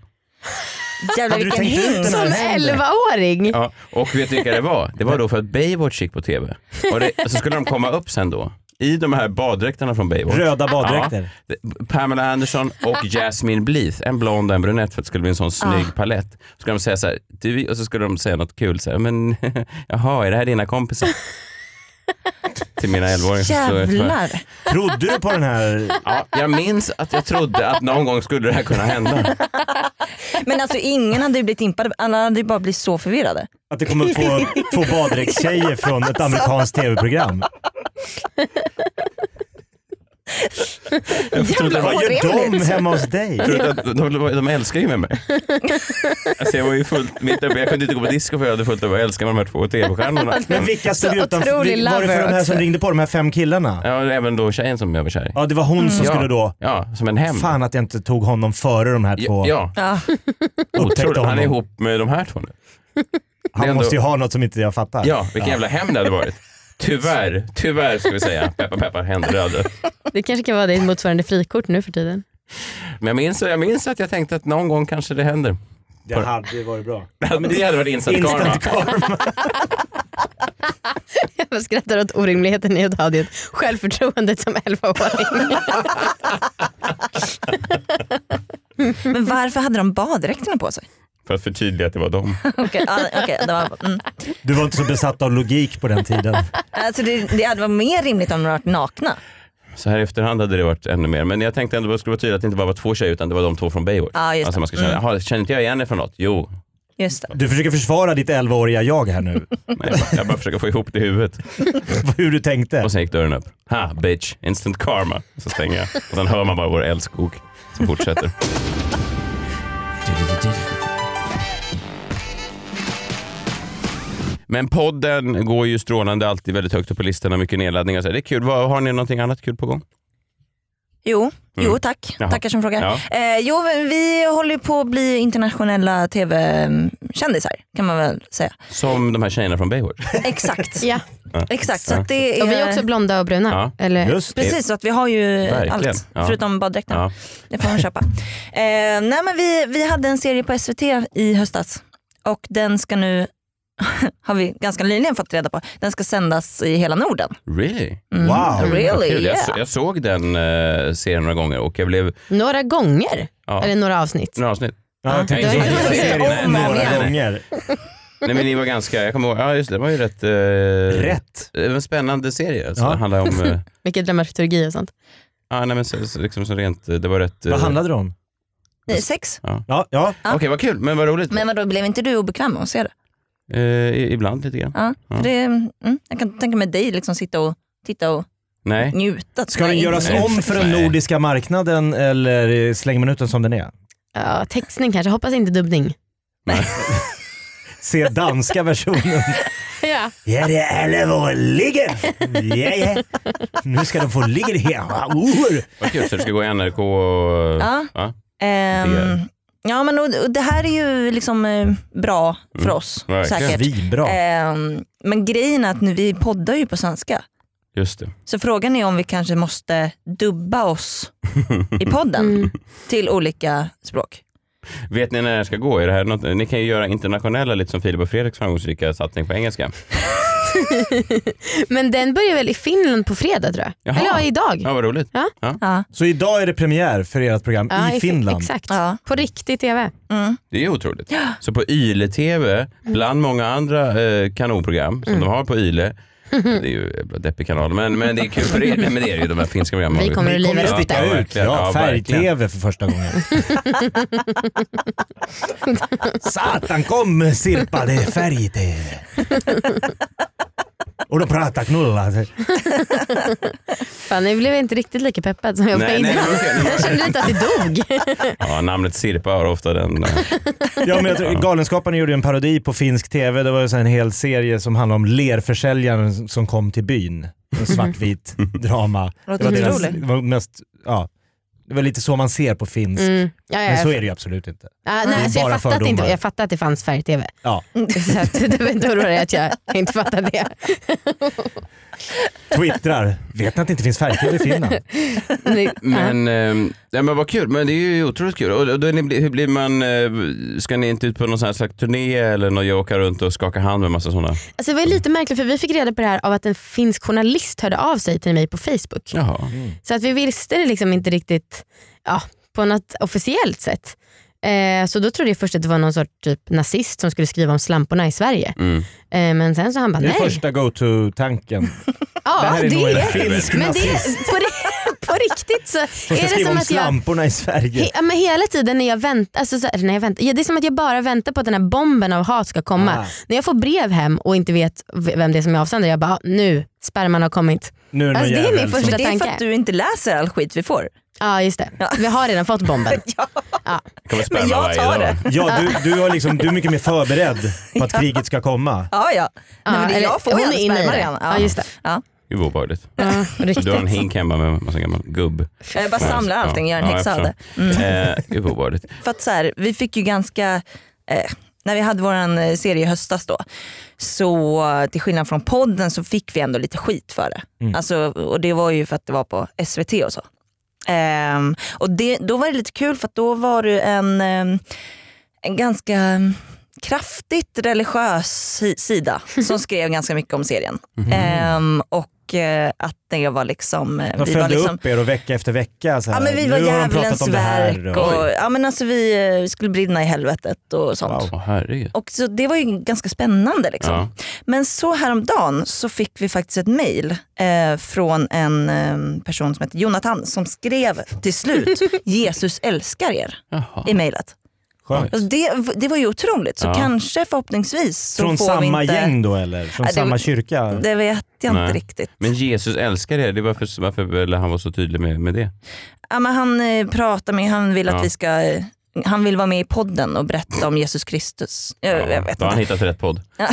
S2: <laughs>
S3: Jävlar
S2: Hade du
S3: vilken
S2: tänkt ut den
S3: hingst.
S2: här
S4: Som
S2: hämnden?
S4: 11-åring?
S1: Ja, och vet du vilka det var? Det var då för att Baywatch gick på tv. Och det, så skulle de komma upp sen då i de här baddräkterna från Baywatch.
S2: Röda baddräkter.
S1: Det- Pamela Anderson och Jasmine Bleeth, en blond och en brunett för att det skulle bli en sån snygg palett. Så skulle de säga så här, du, och så skulle de säga något kul, så här, men <laughs> jaha, är det här dina kompisar? Till mina 11-åringar. så står jag för-
S3: Jävlar.
S2: Trodde du på den här?
S1: Ja, jag minns att jag trodde att någon gång skulle det här kunna hända.
S3: Men alltså ingen hade ju blivit impad, alla hade ju bara blivit så förvirrade.
S2: Att det kommer två, två baddräktstjejer från ett amerikanskt tv-program.
S1: Jag trodde att-
S2: Vad gör de
S3: Orimligt.
S2: hemma hos dig?
S1: jag trodde att de, de älskar ju med mig. Alltså jag var ju fullt mitt uppe, jag kunde inte gå på disco för jag hade fullt upp att älska med de här två tv-stjärnorna.
S2: Men vilka stod
S3: Så
S2: utanför?
S3: otrolig
S2: vil- Var det för
S3: lover
S2: de här som
S3: också.
S2: ringde på? De här fem killarna?
S1: Ja, och även då tjejen som jag var kär i.
S2: Ja, det var hon som
S1: Mm. Ja.
S2: skulle då...
S1: Ja, som en hem.
S2: Fan att jag inte tog honom före de här två.
S1: Ja, ja.
S3: Ja.
S2: Upptäckte
S1: Otroligt. Han är
S2: honom.
S1: ihop med de här två nu.
S2: Han
S1: Det är
S2: måste ju
S1: ändå-
S2: ha något som inte jag fattar.
S1: Ja, vilken jävla hem det hade varit. Tyvärr, tyvärr ska vi säga. Peppar peppar, hände det aldrig.
S4: Det kanske kan vara ditt motsvarande frikort nu för tiden. <laughs>
S1: Men jag minns, jag minns att jag tänkte att någon gång kanske det händer.
S2: Det hade varit bra.
S1: Men det hade varit instant karma.
S2: Instant karma.
S4: Jag skrattar åt orimligheten i att ha det självförtroendet
S2: <laughs>
S4: som 11-åring.
S3: Men varför hade de baddräkterna på sig?
S1: För att förtydliga att det var dem.
S3: <laughs> Okej, ja, okej, det, var, mm.
S2: Du var inte så besatt av logik på den tiden.
S3: alltså det, det hade varit mer rimligt om de varit nakna.
S1: Så här i efterhand hade det varit ännu mer. Men jag tänkte ändå att det skulle vara tydligt att det inte bara var två tjejer utan det var de två från Baywatch.
S3: Ja, just det.
S1: alltså man ska känna,
S3: Mm.
S1: "Jaha, känner inte jag igen er från något? Jo.
S3: Just det.
S2: Du försöker försvara ditt 11-åriga jag här nu. <laughs>
S1: Nej, jag bara- jag bara försöker få ihop det i huvudet.
S2: Hur du tänkte.
S1: Och sen gick dörren upp. Ha, bitch. Instant karma. Så stänger jag. Och sen hör man bara vår älskog som fortsätter. Men podden går ju strålande alltid väldigt högt upp på listorna. Mycket nedladdningar. och Så här. det är kul. Vad- Har ni någonting annat kul på gång?
S3: Jo, jo tack.
S1: Mm. Jaha.
S3: Tackar som frågar.
S1: Ja.
S3: Eh, jo, men vi håller ju på att bli internationella tv-kändisar kan man väl
S1: <laughs>
S3: säga.
S1: Som de här tjejerna från Baywatch.
S3: Exakt.
S4: ja.
S3: Exakt, så att det är...
S4: Och vi är också blonda och bruna.
S1: Ja.
S4: Eller?
S2: Just det.
S3: Precis, så att vi har ju
S1: Verkligen.
S3: allt.
S1: Ja.
S3: Förutom baddräkterna.
S1: Ja.
S3: Det får man köpa. eh, nej, men vi, vi hade en serie på SVT i höstas och den ska nu, <laughs> har vi ganska nyligen fått reda på, den ska sändas i hela Norden.
S1: Really?
S3: Mm.
S2: Wow.
S1: Vad
S3: Really,
S1: kul. Jag,
S3: yeah.
S1: så- jag såg den eh, serien några gånger och jag blev...
S4: Några gånger.
S1: Ja,
S4: Eller några avsnitt.
S1: några avsnitt.
S2: Ja, jag tänkte
S4: Ja,
S2: att
S4: just
S2: jag
S4: det.
S2: ser det
S1: Om och om
S2: några
S1: igen. Mm.
S2: gånger.
S1: Nej men ni var ganska, jag kommer ihåg, ja just det, det var ju rätt... eh,
S2: Rätt.
S1: Det var en spännande serie. Alltså.
S2: Ja.
S1: Det handlar om...
S2: <laughs>
S1: eh,
S4: Vilket dramaturgi och sånt.
S1: ja, nej, men så, så, liksom, så rent, eh, det var rätt... eh,
S2: Vad handlade det om?
S3: Nej, Sex.
S2: Ja, ja.
S1: Okej, vad kul. Men vad roligt.
S3: Men vadå, blev inte du obekväm av att se det?
S1: Eh, i- ibland lite grann.
S3: Ja, för det mm, jag kan tänka mig dig liksom sitta och titta och Mm.
S1: Nej.
S3: njuta.
S2: Ska den
S3: Nej,
S2: göras
S3: inte.
S2: om för den
S1: Nej.
S2: nordiska marknaden eller eh, slänger man ut den som den är?
S4: Ja, textning kanske. Hoppas inte dubbning.
S2: Se danska versionen.
S4: <laughs> Ja.
S2: Ja, det är alla våra ligger. Ja, ja. Nu ska de få ligga här. Uh.
S1: Vad kul. Så det ska gå i NRK och...
S3: Ja.
S1: Ja.
S3: Ehm,
S1: Det-
S3: ja, men och, och det här är ju liksom eh, bra för
S1: Mm,
S3: oss
S1: verkligen.
S3: säkert.
S2: Svinbra.
S3: Ehm, men grejen är att nu, vi poddar ju på svenska.
S1: Just det.
S3: Så frågan är om vi kanske måste dubba oss i podden
S4: <laughs> Mm.
S3: till olika språk.
S1: Vet ni när det här ska gå? Är det här något, ni kan ju göra internationella, lite som Filip och Fredriks framgångsrika satsning på engelska.
S4: Men den börjar väl i Finland på fredag tror jag.
S1: Jaha.
S4: Eller ja, idag.
S1: Ja, vad roligt.
S3: Ja.
S2: Så idag är det premiär för ert program
S4: Ja,
S2: i
S4: Fin-
S2: Finland.
S4: Exakt.
S3: Ja.
S4: På riktig tv.
S3: Mm.
S1: Det är otroligt. Så på Yle-TV, bland många andra eh, kanonprogram som de har på Yle, det är ju en jävla deppig kanal, men, men det är kul för er. Nej, men det är ju de här finska programmen.
S4: Vi kommer att
S2: Ni kommer
S4: liva
S2: att
S4: upp
S2: sticka
S4: det.
S1: Ja,
S2: ut.
S1: verkligen.
S2: Ja,
S1: Ja,
S2: Färg-tv för första
S4: <laughs>
S2: gången. Satan kom Sirpa, det är färg-tv. Och de pratar knulla.
S4: Fan, nu blev jag inte riktigt lika peppad som jag var
S1: Nej, nej,
S4: innan.
S1: men okej, nej, men-
S4: Jag kände lite att det dog.
S1: Ja, namnet Sirpa har ofta den. eh,
S2: Ja, men jag tror, Galenskaparna gjorde ju en parodi på finsk tv. Det var ju så här en hel serie som handlade om lerförsäljaren som kom till byn. En svartvit drama. Det
S3: Låter
S2: var, deras,
S3: otroligt.
S2: det var mest, ja, det var lite så man ser på finsk.
S4: <laughs> Mm. Ja, ja,
S2: Men så
S4: jag,
S2: är det ju absolut inte.
S4: ja,
S2: det är
S4: nej, så jag,
S2: bara
S4: fattar att det inte,
S2: fördomar.
S4: jag fattar att det fanns färg-tv.
S2: Ja.
S4: Så att, <laughs> du behöver inte oroa dig att jag inte fattar det.
S2: Twittrar. Vet ni att det inte finns färg-tv i
S4: <laughs>
S2: Finland?
S4: Nu- ja.
S1: Men, ehm, ja, men vad kul, men det är ju otroligt kul. Och då är ni, hur blir man, eh, ska ni inte ut på någon sån här slags turné eller något, jag åker runt och skaka hand med massa sådana?
S4: Alltså, det var ju lite märkligt för vi fick reda på det här av att en finsk journalist hörde av sig till mig på Facebook.
S1: Jaha.
S4: Så att vi visste det liksom inte riktigt ja, på något officiellt sätt. Eh, så då trodde jag först att det var någon sorts typ nazist som skulle skriva om slamporna i Sverige.
S1: Mm.
S4: Eh, men sen så han bara
S2: Det är
S4: nej.
S2: första go-to-tanken.
S4: ja,
S2: det här är nog en finsk
S4: men det,
S2: nazist
S4: på, ri- <laughs> på riktigt så
S2: som ska
S4: är det
S2: skriva om
S4: som att jag
S2: slamporna i Sverige.
S4: He, ja, men hela tiden när jag väntar, alltså så här, när jag väntar ja, det är som att jag bara väntar på att den här bomben av hat ska komma.
S2: Ah.
S4: När jag får brev hem och inte vet v- vem det är som är avsändare, jag bara ah, nu, sperman har kommit.
S2: Nu är det någon
S4: Alltså, det är min
S2: jävel som-
S4: första-
S3: Det är för
S4: tanke.
S3: att du inte läser all skit vi får.
S4: Ja just det, vi har redan fått bomben.
S1: Det kommer
S3: Men
S1: spänna
S3: jag
S1: varje
S3: tar
S1: dag.
S3: det.
S2: Ja, du, du, har liksom, du är mycket mer förberedd
S4: <laughs>
S2: på att kriget ska komma.
S3: Ja, ja. Nej, men det,
S4: eller-
S3: jag får ju
S4: hon är
S3: en
S4: inne i
S3: sperma
S4: det.
S3: redan.
S4: Ja, just det.
S1: Gud vad obehagligt.
S4: Ja,
S1: Du har en
S4: riktigt.
S1: hink hemma med massa gammal gubb.
S3: Jag bara samlar allting, gör en häxa av det.
S1: Mm. Eh, gud vad obehagligt.
S3: För att så här, vi fick ju ganska, eh, när vi hade vår serie i höstas då, så eh, till skillnad från podden så fick vi ändå lite skit för det.
S2: Mm.
S3: Alltså, och det var ju för att det var på SVT och så. Ehm, och det, då var det lite kul för att då var det en, ehm, en ganska mm, kraftigt religiös si- sida
S2: <laughs>
S3: som skrev ganska mycket om serien. Ehm, och eh, att det var liksom... eh,
S2: Mhm. De
S3: vi var
S2: följde
S3: liksom
S2: upp er och vecka efter vecka. Så här,
S3: Ja, men vi var
S2: nu har de pratat
S3: djävulens
S2: om det här.
S3: verk och, ja, men alltså, vi eh, skulle brinna i helvetet och sånt.
S1: Åh herregud.
S3: Och så det var ju ganska spännande. Liksom.
S1: Ja.
S3: Men så häromdagen så fick vi faktiskt ett mejl eh, från en eh, person som heter Jonathan som skrev
S2: <laughs>
S3: till slut Jesus älskar er
S1: Jaha.
S3: i mejlet.
S2: Skönt.
S3: Alltså, det, det var ju otroligt så
S1: Ja.
S3: kanske förhoppningsvis så
S2: Från
S3: får
S2: samma
S3: vi inte...
S2: gäng då eller? Från
S3: Ja, det-
S2: samma kyrka?
S3: Det vet jag
S1: Nej.
S3: inte riktigt.
S1: Men Jesus älskar er, det är varför, varför ville han vara så tydlig med, med det?
S3: Ja, men han eh, pratar med, han vill
S1: Ja.
S3: att vi ska eh, han vill vara med i podden och berätta om Jesus Kristus. Jag, jag vet
S1: Då har
S3: inte.
S1: han hittat rätt podd.
S4: <laughs>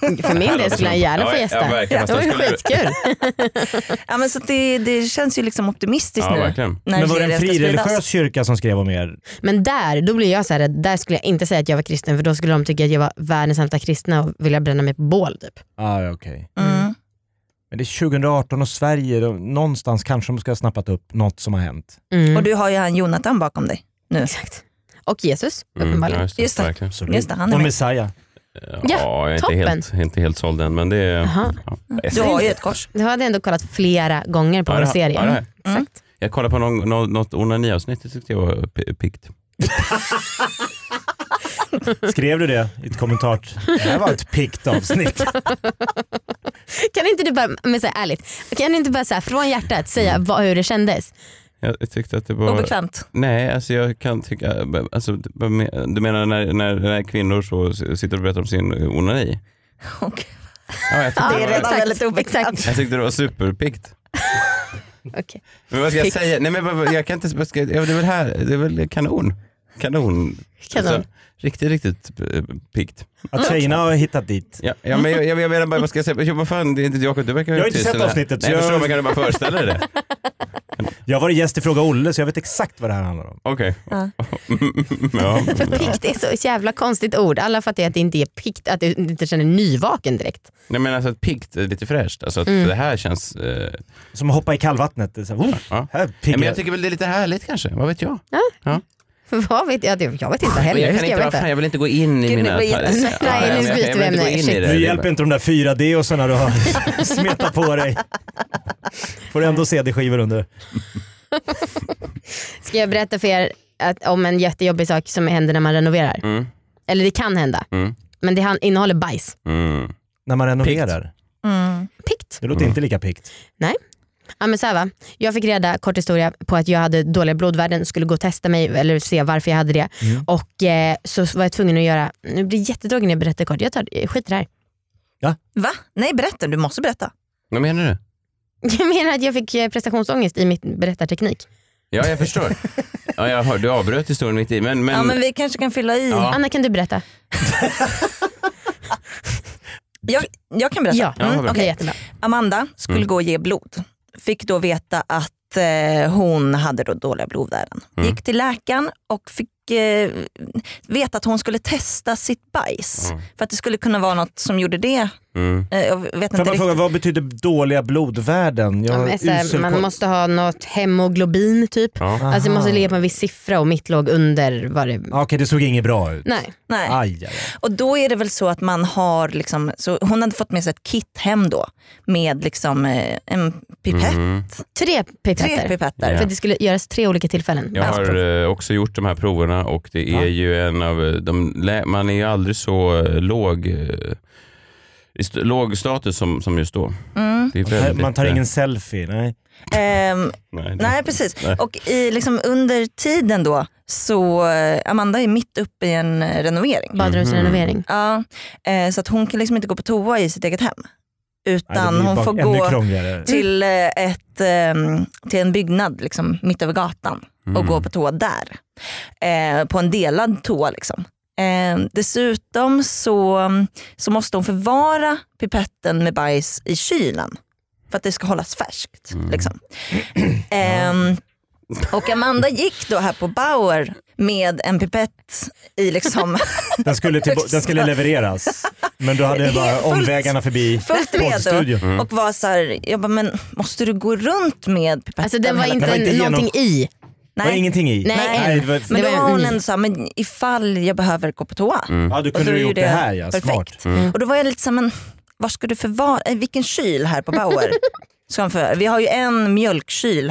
S4: För min del skulle han gärna få
S1: Ja, ja,
S4: gästa.
S1: verkligen.
S4: det var ju
S1: Fast han
S4: skitkul.
S3: Ja, men så att det, det känns ju liksom optimistiskt
S1: Ja,
S3: nu.
S1: verkligen.
S3: när
S2: Men var det en
S3: serien ska
S2: frireligiös
S3: spridas.
S2: kyrka som skrev om er?
S4: Men där, då blir jag så här, där skulle jag inte säga att jag var kristen för då skulle de tycka att jag var världens sämsta kristna och vilja bränna mig på bål typ.
S2: Ah, ja, okej.
S3: Mm.
S2: Men det är 2018 och Sverige, de, någonstans kanske de ska ha snappat upp något som har hänt.
S4: Mm.
S3: Och du har ju han Jonathan bakom dig.
S4: Exakt. Och Jesus
S1: Mm,
S4: uppenbarligen.
S1: ja, just det.
S3: Just det.
S1: verkligen.
S2: Absolut.
S3: Just det, han är
S2: och
S3: med.
S2: Messiah.
S1: Ja,
S4: Ja,
S1: jag är inte
S4: toppen.
S1: helt, inte helt såld än, men det är...
S4: Jaha.
S1: Ja.
S3: Du har ju ett kors.
S4: Det hade jag ändå kollat flera gånger på
S1: Ja,
S4: vår
S1: det har-
S4: serie.
S1: ja, det har jag.
S4: Exakt.
S1: Jag kollade på någon, nå- något onaniavsnitt, det tyckte jag var p- piggt.
S2: Skrev du det i ett kommentar? Det här var ett pickt avsnitt.
S4: Kan inte du bara, men så här, ärligt, kan du inte bara så här, från hjärtat säga vad, hur det kändes?
S1: Jag tyckte att det var... <laughs>
S3: Obekvämt.
S1: Nej, alltså jag kan tycka... Alltså, vad men- du menar när, när, när kvinnor så sitter och berättar om sin onani?
S3: Okej.
S1: Ja, jag, tyckte
S3: Det är
S1: det var,
S3: redan väldigt obekvämt.
S4: Exakt.
S1: jag tyckte det var superpiggt.
S4: Okej.
S1: Men vad ska jag
S4: Piggt.
S1: säga? Nej, men vad- vad- jag kan inte... Vad ska, ja, det är väl här, det är väl kanon. Kanon.
S4: Kanon.
S1: riktigt, riktigt eh, piggt.
S2: Att tjejerna har hittat dit.
S1: Ja, ja, men jag, jag, jag menar bara, vad ska jag säga? Jo, vad fan, det är inte Jakob, du verkar
S2: Jag har
S1: helt
S2: inte sett
S1: tyst i den här-
S2: avsnittet, så
S1: Nej, jag
S2: jag-
S1: förstår, men kan du bara föreställa
S2: <laughs>
S1: dig det?
S2: Jag har varit gäst i Fråga Olle så jag vet exakt vad det här handlar om.
S1: Okej. <laughs> ja.
S4: För pikt är så ett jävla konstigt ord. Alla fattar ju att det inte är pikt, att du inte känner nyvaken direkt.
S1: Nej, men alltså att piggt är lite fräscht. Alltså att det här känns... Eh,
S2: Som att hoppa i kallvattnet. Det är så här, oh,
S1: ja.
S2: här
S1: Nej, men
S2: piggar.
S1: jag tycker väl det är lite härligt kanske, vad vet jag?
S4: <laughs> Vad vet jag? Jag vet inte
S1: Men
S4: heller.
S1: jag, kan
S4: Hur ska
S1: inte,
S4: jag
S1: vad fan,
S4: veta?
S1: jag vill inte gå in i
S3: Gud,
S1: mina...
S3: det blir jättes-
S1: Ja,
S4: Nej,
S1: men jag-
S4: nu
S1: jag
S4: byter vi
S1: vill inte gå
S4: ämne.
S1: in i
S4: Shit.
S1: det.
S2: Nu hjälper inte de där fyra d och du har <laughs> smetat på dig. Får ändå CD-skivor under.
S4: Ska jag berätta för er att, om en jättejobbig sak som händer när man renoverar?
S1: Mm.
S4: Eller det kan hända.
S1: Mm.
S4: Men det han- innehåller bajs.
S1: Mm.
S2: När man renoverar.
S3: Mm.
S4: Pikt.
S2: Det låter inte lika pikt.
S4: Ja, men så här va. Jag fick reda, kort historia, på att jag hade dåliga blodvärden, skulle gå och testa mig eller se varför jag hade det.
S1: Mm.
S4: Och eh, så var jag tvungen att göra, nu blir det jättetråkigt när jag berättar kort, jag tar, skit i det här. <laughs>
S3: Va? Nej berätta, du måste berätta.
S1: Vad menar du?
S4: Jag menar att jag fick eh, prestationsångest i mitt berättarteknik.
S1: Ja, jag förstår. Ja, jag hör, du avbröt historien mitt i, men... men...
S3: Ja, men vi kanske kan fylla i.
S1: Mm. Ja.
S4: Anna kan du berätta?
S3: Jag, jag kan berätta.
S4: Ja,
S1: Ja,
S4: mm,
S1: bra.
S4: okej
S3: okej.
S4: jättebra.
S3: Amanda skulle
S1: Mm.
S3: gå och ge blod. Fick då veta att att eh, hon hade då dåliga blodvärden.
S1: Mm.
S3: Gick till läkaren och fick eh, veta att hon skulle testa sitt bajs.
S1: Mm.
S3: För att det skulle kunna vara något som gjorde det.
S1: Mm.
S3: Eh, jag vet inte
S2: Får jag bara
S3: riktigt.
S2: fråga, vad betyder dåliga blodvärden? Jag
S4: Ja,
S2: har
S4: men, så här,
S2: usel
S4: man
S2: koll.
S4: måste ha något hemoglobin typ.
S1: Ja.
S2: Aha.
S4: Alltså det måste ligga på en viss siffra och mitt låg under vad det...
S2: Ja, Ah. Okej, det såg inget bra ut.
S4: Nej.
S3: Nej.
S2: Aj, aj, aj.
S3: Och då är det väl så att man har, liksom, så hon hade fått med sig ett kit hem då med liksom, eh, en pipett,
S1: Mm.
S4: Tre
S3: tre
S4: pipetter.
S3: pipetter.
S1: Ja.
S4: För det skulle göras tre olika tillfällen.
S1: Jag har
S4: Alltså,
S1: eh, också gjort de här proverna och det är
S2: Ja.
S1: ju en av eh, de, lä- man är ju aldrig så eh, låg, eh, i st- låg status som, som just då.
S3: Mm.
S1: Det är
S2: Nej,
S1: väldigt,
S2: Man tar
S1: eh,
S2: ingen selfie, nej.
S3: Ehm,
S1: Nej, det-
S3: nej precis.
S1: Nej.
S3: Och i, liksom, under tiden då så eh, Amanda är mitt uppe i en eh, renovering.
S2: Mm.
S4: Badrumsrenovering.
S3: Ja, eh, så att hon kan liksom inte gå på toa i sitt eget hem.
S2: nej det
S3: Utan
S2: blir ju
S3: hon
S2: bara
S3: får
S2: ännu
S3: gå
S2: krångligare.
S3: till, eh, ett, ehm, till en byggnad liksom, mitt över gatan och
S1: Mm.
S3: gå på toa där. Eh, på en delad toa. Liksom. Eh, dessutom så, så måste hon förvara pipetten med bajs i kylen för att det ska hållas färskt.
S2: Mm. <clears throat>
S3: Liksom. Ehm, och Amanda gick då här på Bauer med en pipett
S2: <laughs>
S3: i liksom
S2: Den skulle, till, den
S3: <laughs>
S2: skulle levereras, men du hade bara
S3: Helt fullt-
S2: omvägarna förbi
S3: fullt redo
S2: poddstudion.
S1: Mm.
S3: och var så här, jag bara, men måste du gå runt med pipetten?
S4: Alltså den var
S3: hela
S4: inte,
S2: var inte genom-
S4: någonting i.
S2: Det var ingenting i.
S4: Nej,
S2: det var,
S3: Men
S4: Det
S3: då
S4: var
S3: var hon
S4: ny.
S3: ändå såhär, men ifall jag behöver gå på toa.
S2: ja, du
S3: Och
S2: kunde
S3: då
S2: du
S3: är
S2: gjort
S3: ju
S2: det, här ja,
S3: perfekt.
S2: smart. Mm.
S3: Och då var jag lite såhär, men var ska du förvara, i vilken kyl
S2: <laughs>
S3: här på Bauer? Ska hon förvara? Vi har ju en mjölkkyl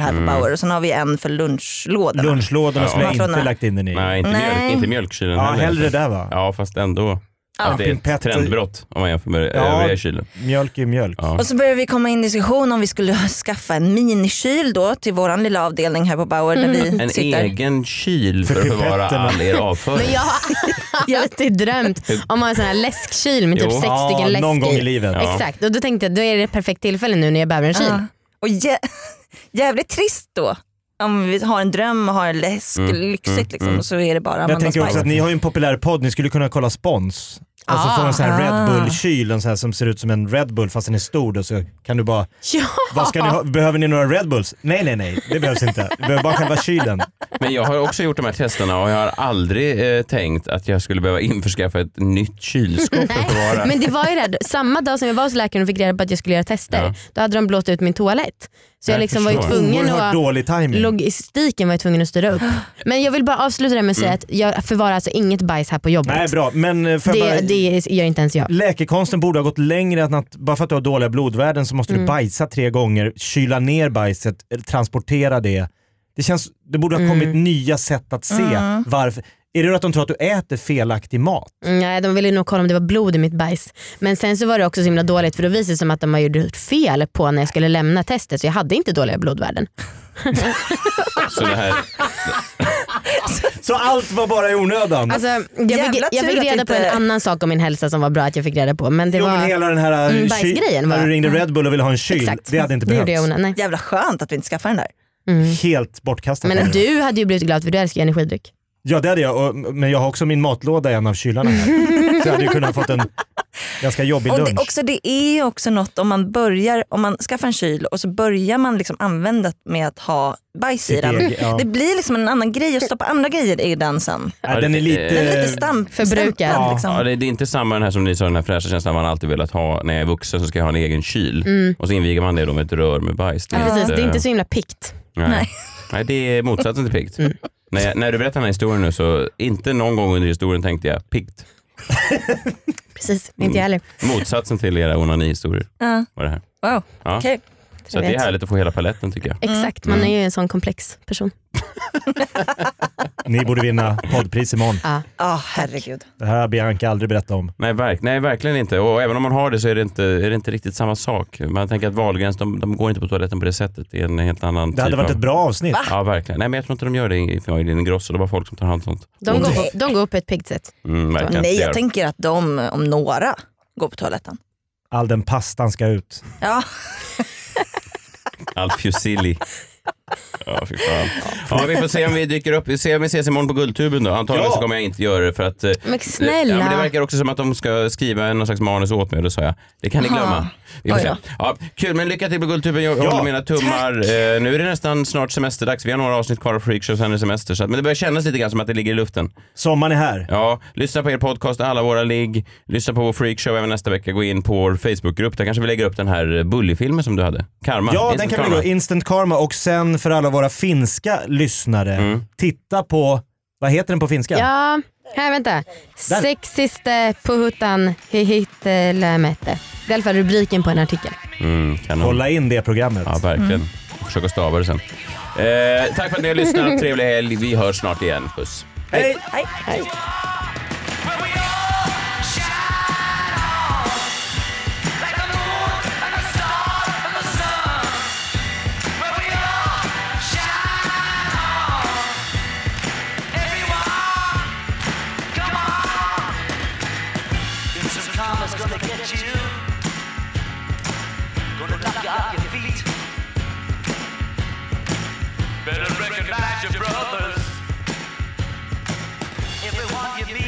S2: Mm.
S3: här på Bauer och sen har vi en för lunchlådorna.
S2: Lunchlådorna
S1: Ja.
S2: skulle jag inte
S3: Matlådorna.
S2: lagt in den i.
S1: Nej, inte, Mjölk,
S3: Nej.
S1: inte mjölkkylen
S2: Ja,
S1: heller.
S2: hellre där va?
S1: Ja, fast ändå. Att det är ett
S2: Pimpett-
S1: trendbrott om man jämför med
S2: Ja.
S1: övriga kylen.
S2: Mjölk är mjölk.
S1: Ja.
S3: Och så började vi komma in i diskussion om vi skulle <laughs> skaffa en minikyl då till våran lilla avdelning här på Bauer där
S2: Mm.
S3: vi
S1: En
S3: sitter.
S1: egen kyl
S2: För
S1: för att förvara
S2: pipetterna.
S1: all er avföring.
S4: Men <laughs> jag har alltid drömt om att ha en sån här läskkyl med typ
S1: Jo.
S4: sex
S2: Ja,
S4: stycken läsk
S2: någon gång i
S4: i.
S2: livet.
S1: Ja.
S4: Exakt, och då tänkte jag då är det ett perfekt tillfälle nu när jag behöver en kyl. <laughs>
S3: Ja. Och jä- <laughs> jävligt trist då. Om vi har en dröm och har en läsk, lyxigt liksom, och så är det bara
S2: Men Mm. jag
S3: Amandas
S2: tänker
S3: bajs.
S2: också att ni har ju en populär podd, ni skulle kunna kolla spons. Alltså
S4: Ah.
S2: få en sån här
S3: Ah.
S2: Red Bull-kyl, en sån här som ser ut som en Red Bull fast den är stor då, så kan du bara,
S4: Ja.
S2: vad ska ni ha? behöver ni några Red Bulls? Nej nej nej, det behövs inte. Vi behöver bara själva kylen.
S1: Men jag har också gjort de här testerna och jag har aldrig eh, tänkt att jag skulle behöva införskaffa ett nytt kylskåp för att förvara.
S4: Men det var ju det, här, samma dag som jag var hos läkaren och fick reda på att jag skulle göra tester,
S1: Ja.
S4: då hade de blåst ut min toalett. Så jag,
S1: Jag
S4: liksom var ju
S1: förstår.
S4: tvungen
S2: Oerhört
S4: att,
S2: dålig timing.
S4: logistiken var jag tvungen att
S2: <gasps>
S4: styra upp. Men jag vill bara avsluta det här med att säga att jag förvarar alltså inget bajs här på jobbet.
S2: Mm. Nej bra, men eh, för jag bara,
S4: det, det gör inte ens jag.
S2: läkekonsten borde ha gått längre än att bara för att du har dåliga blodvärden så
S4: Mm.
S2: måste du bajsa tre gånger, kyla ner bajset, eh, transportera det. Det, känns, det borde ha
S4: Mm.
S2: kommit nya sätt att se varför. Är det att de tror att du äter felaktig mat?
S4: Mm, Nej, de ville nog kolla om det var blod i mitt bajs. Men sen så var det också så himla dåligt för då visade det som att de hade gjort fel på när jag skulle lämna testet så jag hade inte dåliga
S2: Mm.
S4: blodvärden.
S1: Så det här,
S2: Så allt var bara i onödan?
S4: Alltså, jag,
S3: Jävla
S4: fick, jag
S3: tur
S4: fick
S3: att
S4: reda på
S3: inte-
S4: en annan sak om min hälsa som var bra att jag fick reda på. Men det
S2: jo,
S4: var...
S2: men hela den här
S4: Mm,
S2: mm,
S4: bajsgrejen
S2: när
S4: var-
S2: du ringde Red Bull och ville ha en kyl, det hade inte
S4: Det gjorde jag
S2: behövts.
S4: onödigt. Nej.
S3: Jävla skönt att vi inte skaffade den där.
S2: Helt bortkastat. var
S4: Men
S2: det.
S4: du hade ju blivit glad för du älskar ju energidryck.
S2: Ja det hade jag, och, men jag har också min matlåda i en av kylarna
S4: <laughs>
S2: här. Så jag hade ju kunnat fått en ganska jobbig
S3: Och
S2: lunch.
S3: det, också, det är ju också något om man börjar, om man skaffar en kyl och så börjar man liksom använda med att ha bajs i
S2: Sitt
S3: den.
S2: eget, ja.
S3: Det blir liksom en annan grej att stoppa andra grejer i den sen.
S2: Ja, Äh, den är lite...
S3: Den är lite stamp,
S4: Förbrukad.
S3: stämplad, Liksom.
S1: ja, det, det är inte samma den här som ni sa, den här fräscha känslan man alltid velat ha när jag är vuxen så ska jag ha en egen kyl. Och så inviger man det då med ett rör med bajs. Det
S4: Mm. Precis, det är inte så himla pikt.
S1: Nej. Nej, det är motsatsen till piggt.
S4: Mm.
S1: När, jag- när du berättar den här historien nu så inte någon gång under historien tänkte jag piggt.
S4: Precis, inte jag
S2: Mm.
S4: heller.
S1: Motsatsen till era onani-historier
S3: Ja.
S1: var det här.
S3: Wow.
S1: Ja.
S3: okej.
S1: Så att det är härligt att få hela paletten tycker jag.
S4: Exakt, man är
S2: Mm.
S4: ju en sån komplex person.
S2: Ni borde vinna poddpris imorgon.
S3: Ja, Ah, herregud.
S2: Det här har Bianca aldrig berättat om.
S1: Nej, verk, nej, verkligen inte. Och även om man har det så är det inte, är det inte riktigt samma sak. Man tänker att valgräns, de, de går inte på toaletten på det sättet. Det är en helt annan
S2: Det hade
S1: typ
S2: varit
S1: av...
S2: ett bra avsnitt.
S1: Ja, verkligen. Nej, men jag tror inte de gör det i familjen Ingrosso. Det är bara folk som tar hand om sånt.
S4: De, går, de går upp på ett piggt sätt.
S1: Mm, verkligen.
S3: Nej,
S1: Det gör
S3: jag
S1: de.
S3: tänker att de om några går på toaletten.
S2: All den pastan ska ut.
S3: Ja, <laughs>
S1: Allt fusilli. Ja, fy fan. Ja, vi får se om vi dyker upp. Vi ser om vi ses imorgon på Guldtuben då. Antagligen
S2: Ja.
S1: så kommer jag inte göra det för att... eh,
S4: Men snälla.
S1: Ja, men det verkar också som att de ska skriva någon slags manus åt mig och då sa jag, det kan ni
S3: Aha.
S1: glömma. Vi får
S3: Oj
S1: se.
S3: då.
S1: Ja, kul, men lycka till på Guldtuben. Jag håller mina tummar. Eh, nu är det nästan snart semesterdags. Vi har några avsnitt kvar av Freakshow, sen är det semester. Så att, men det börjar kännas lite grann som att det ligger i luften.
S2: Sommaren är här.
S1: Ja, lyssna på er podcast, alla våra ligg. Lyssna på vår freakshow även nästa vecka. Gå in på vår Facebookgrupp. Där kanske vi lägger upp den här eh, Bully-filmen som du hade. Karma.
S2: Ja, den
S1: Instant
S2: kan vi
S1: Karma.
S2: gå. Instant Karma. Och sen för alla våra finska lyssnare,
S1: Mm.
S2: titta på, vad heter den på finska?
S4: Ja, här vänta. Sexigaste på hutan hittelämete. Det är i alla fall rubriken på en artikel.
S1: Mm, kanon.
S2: Kolla Mm. in det programmet.
S1: Ja, verkligen. Försök att stava det sen. Eh, tack för att ni har
S2: <laughs>
S1: lyssnat. Trevlig helg. Vi hörs snart igen. Puss.
S2: Hej!
S6: Karma's gonna get you. Gonna knock you off your feet. Better recognize your brothers. Everyone you meet.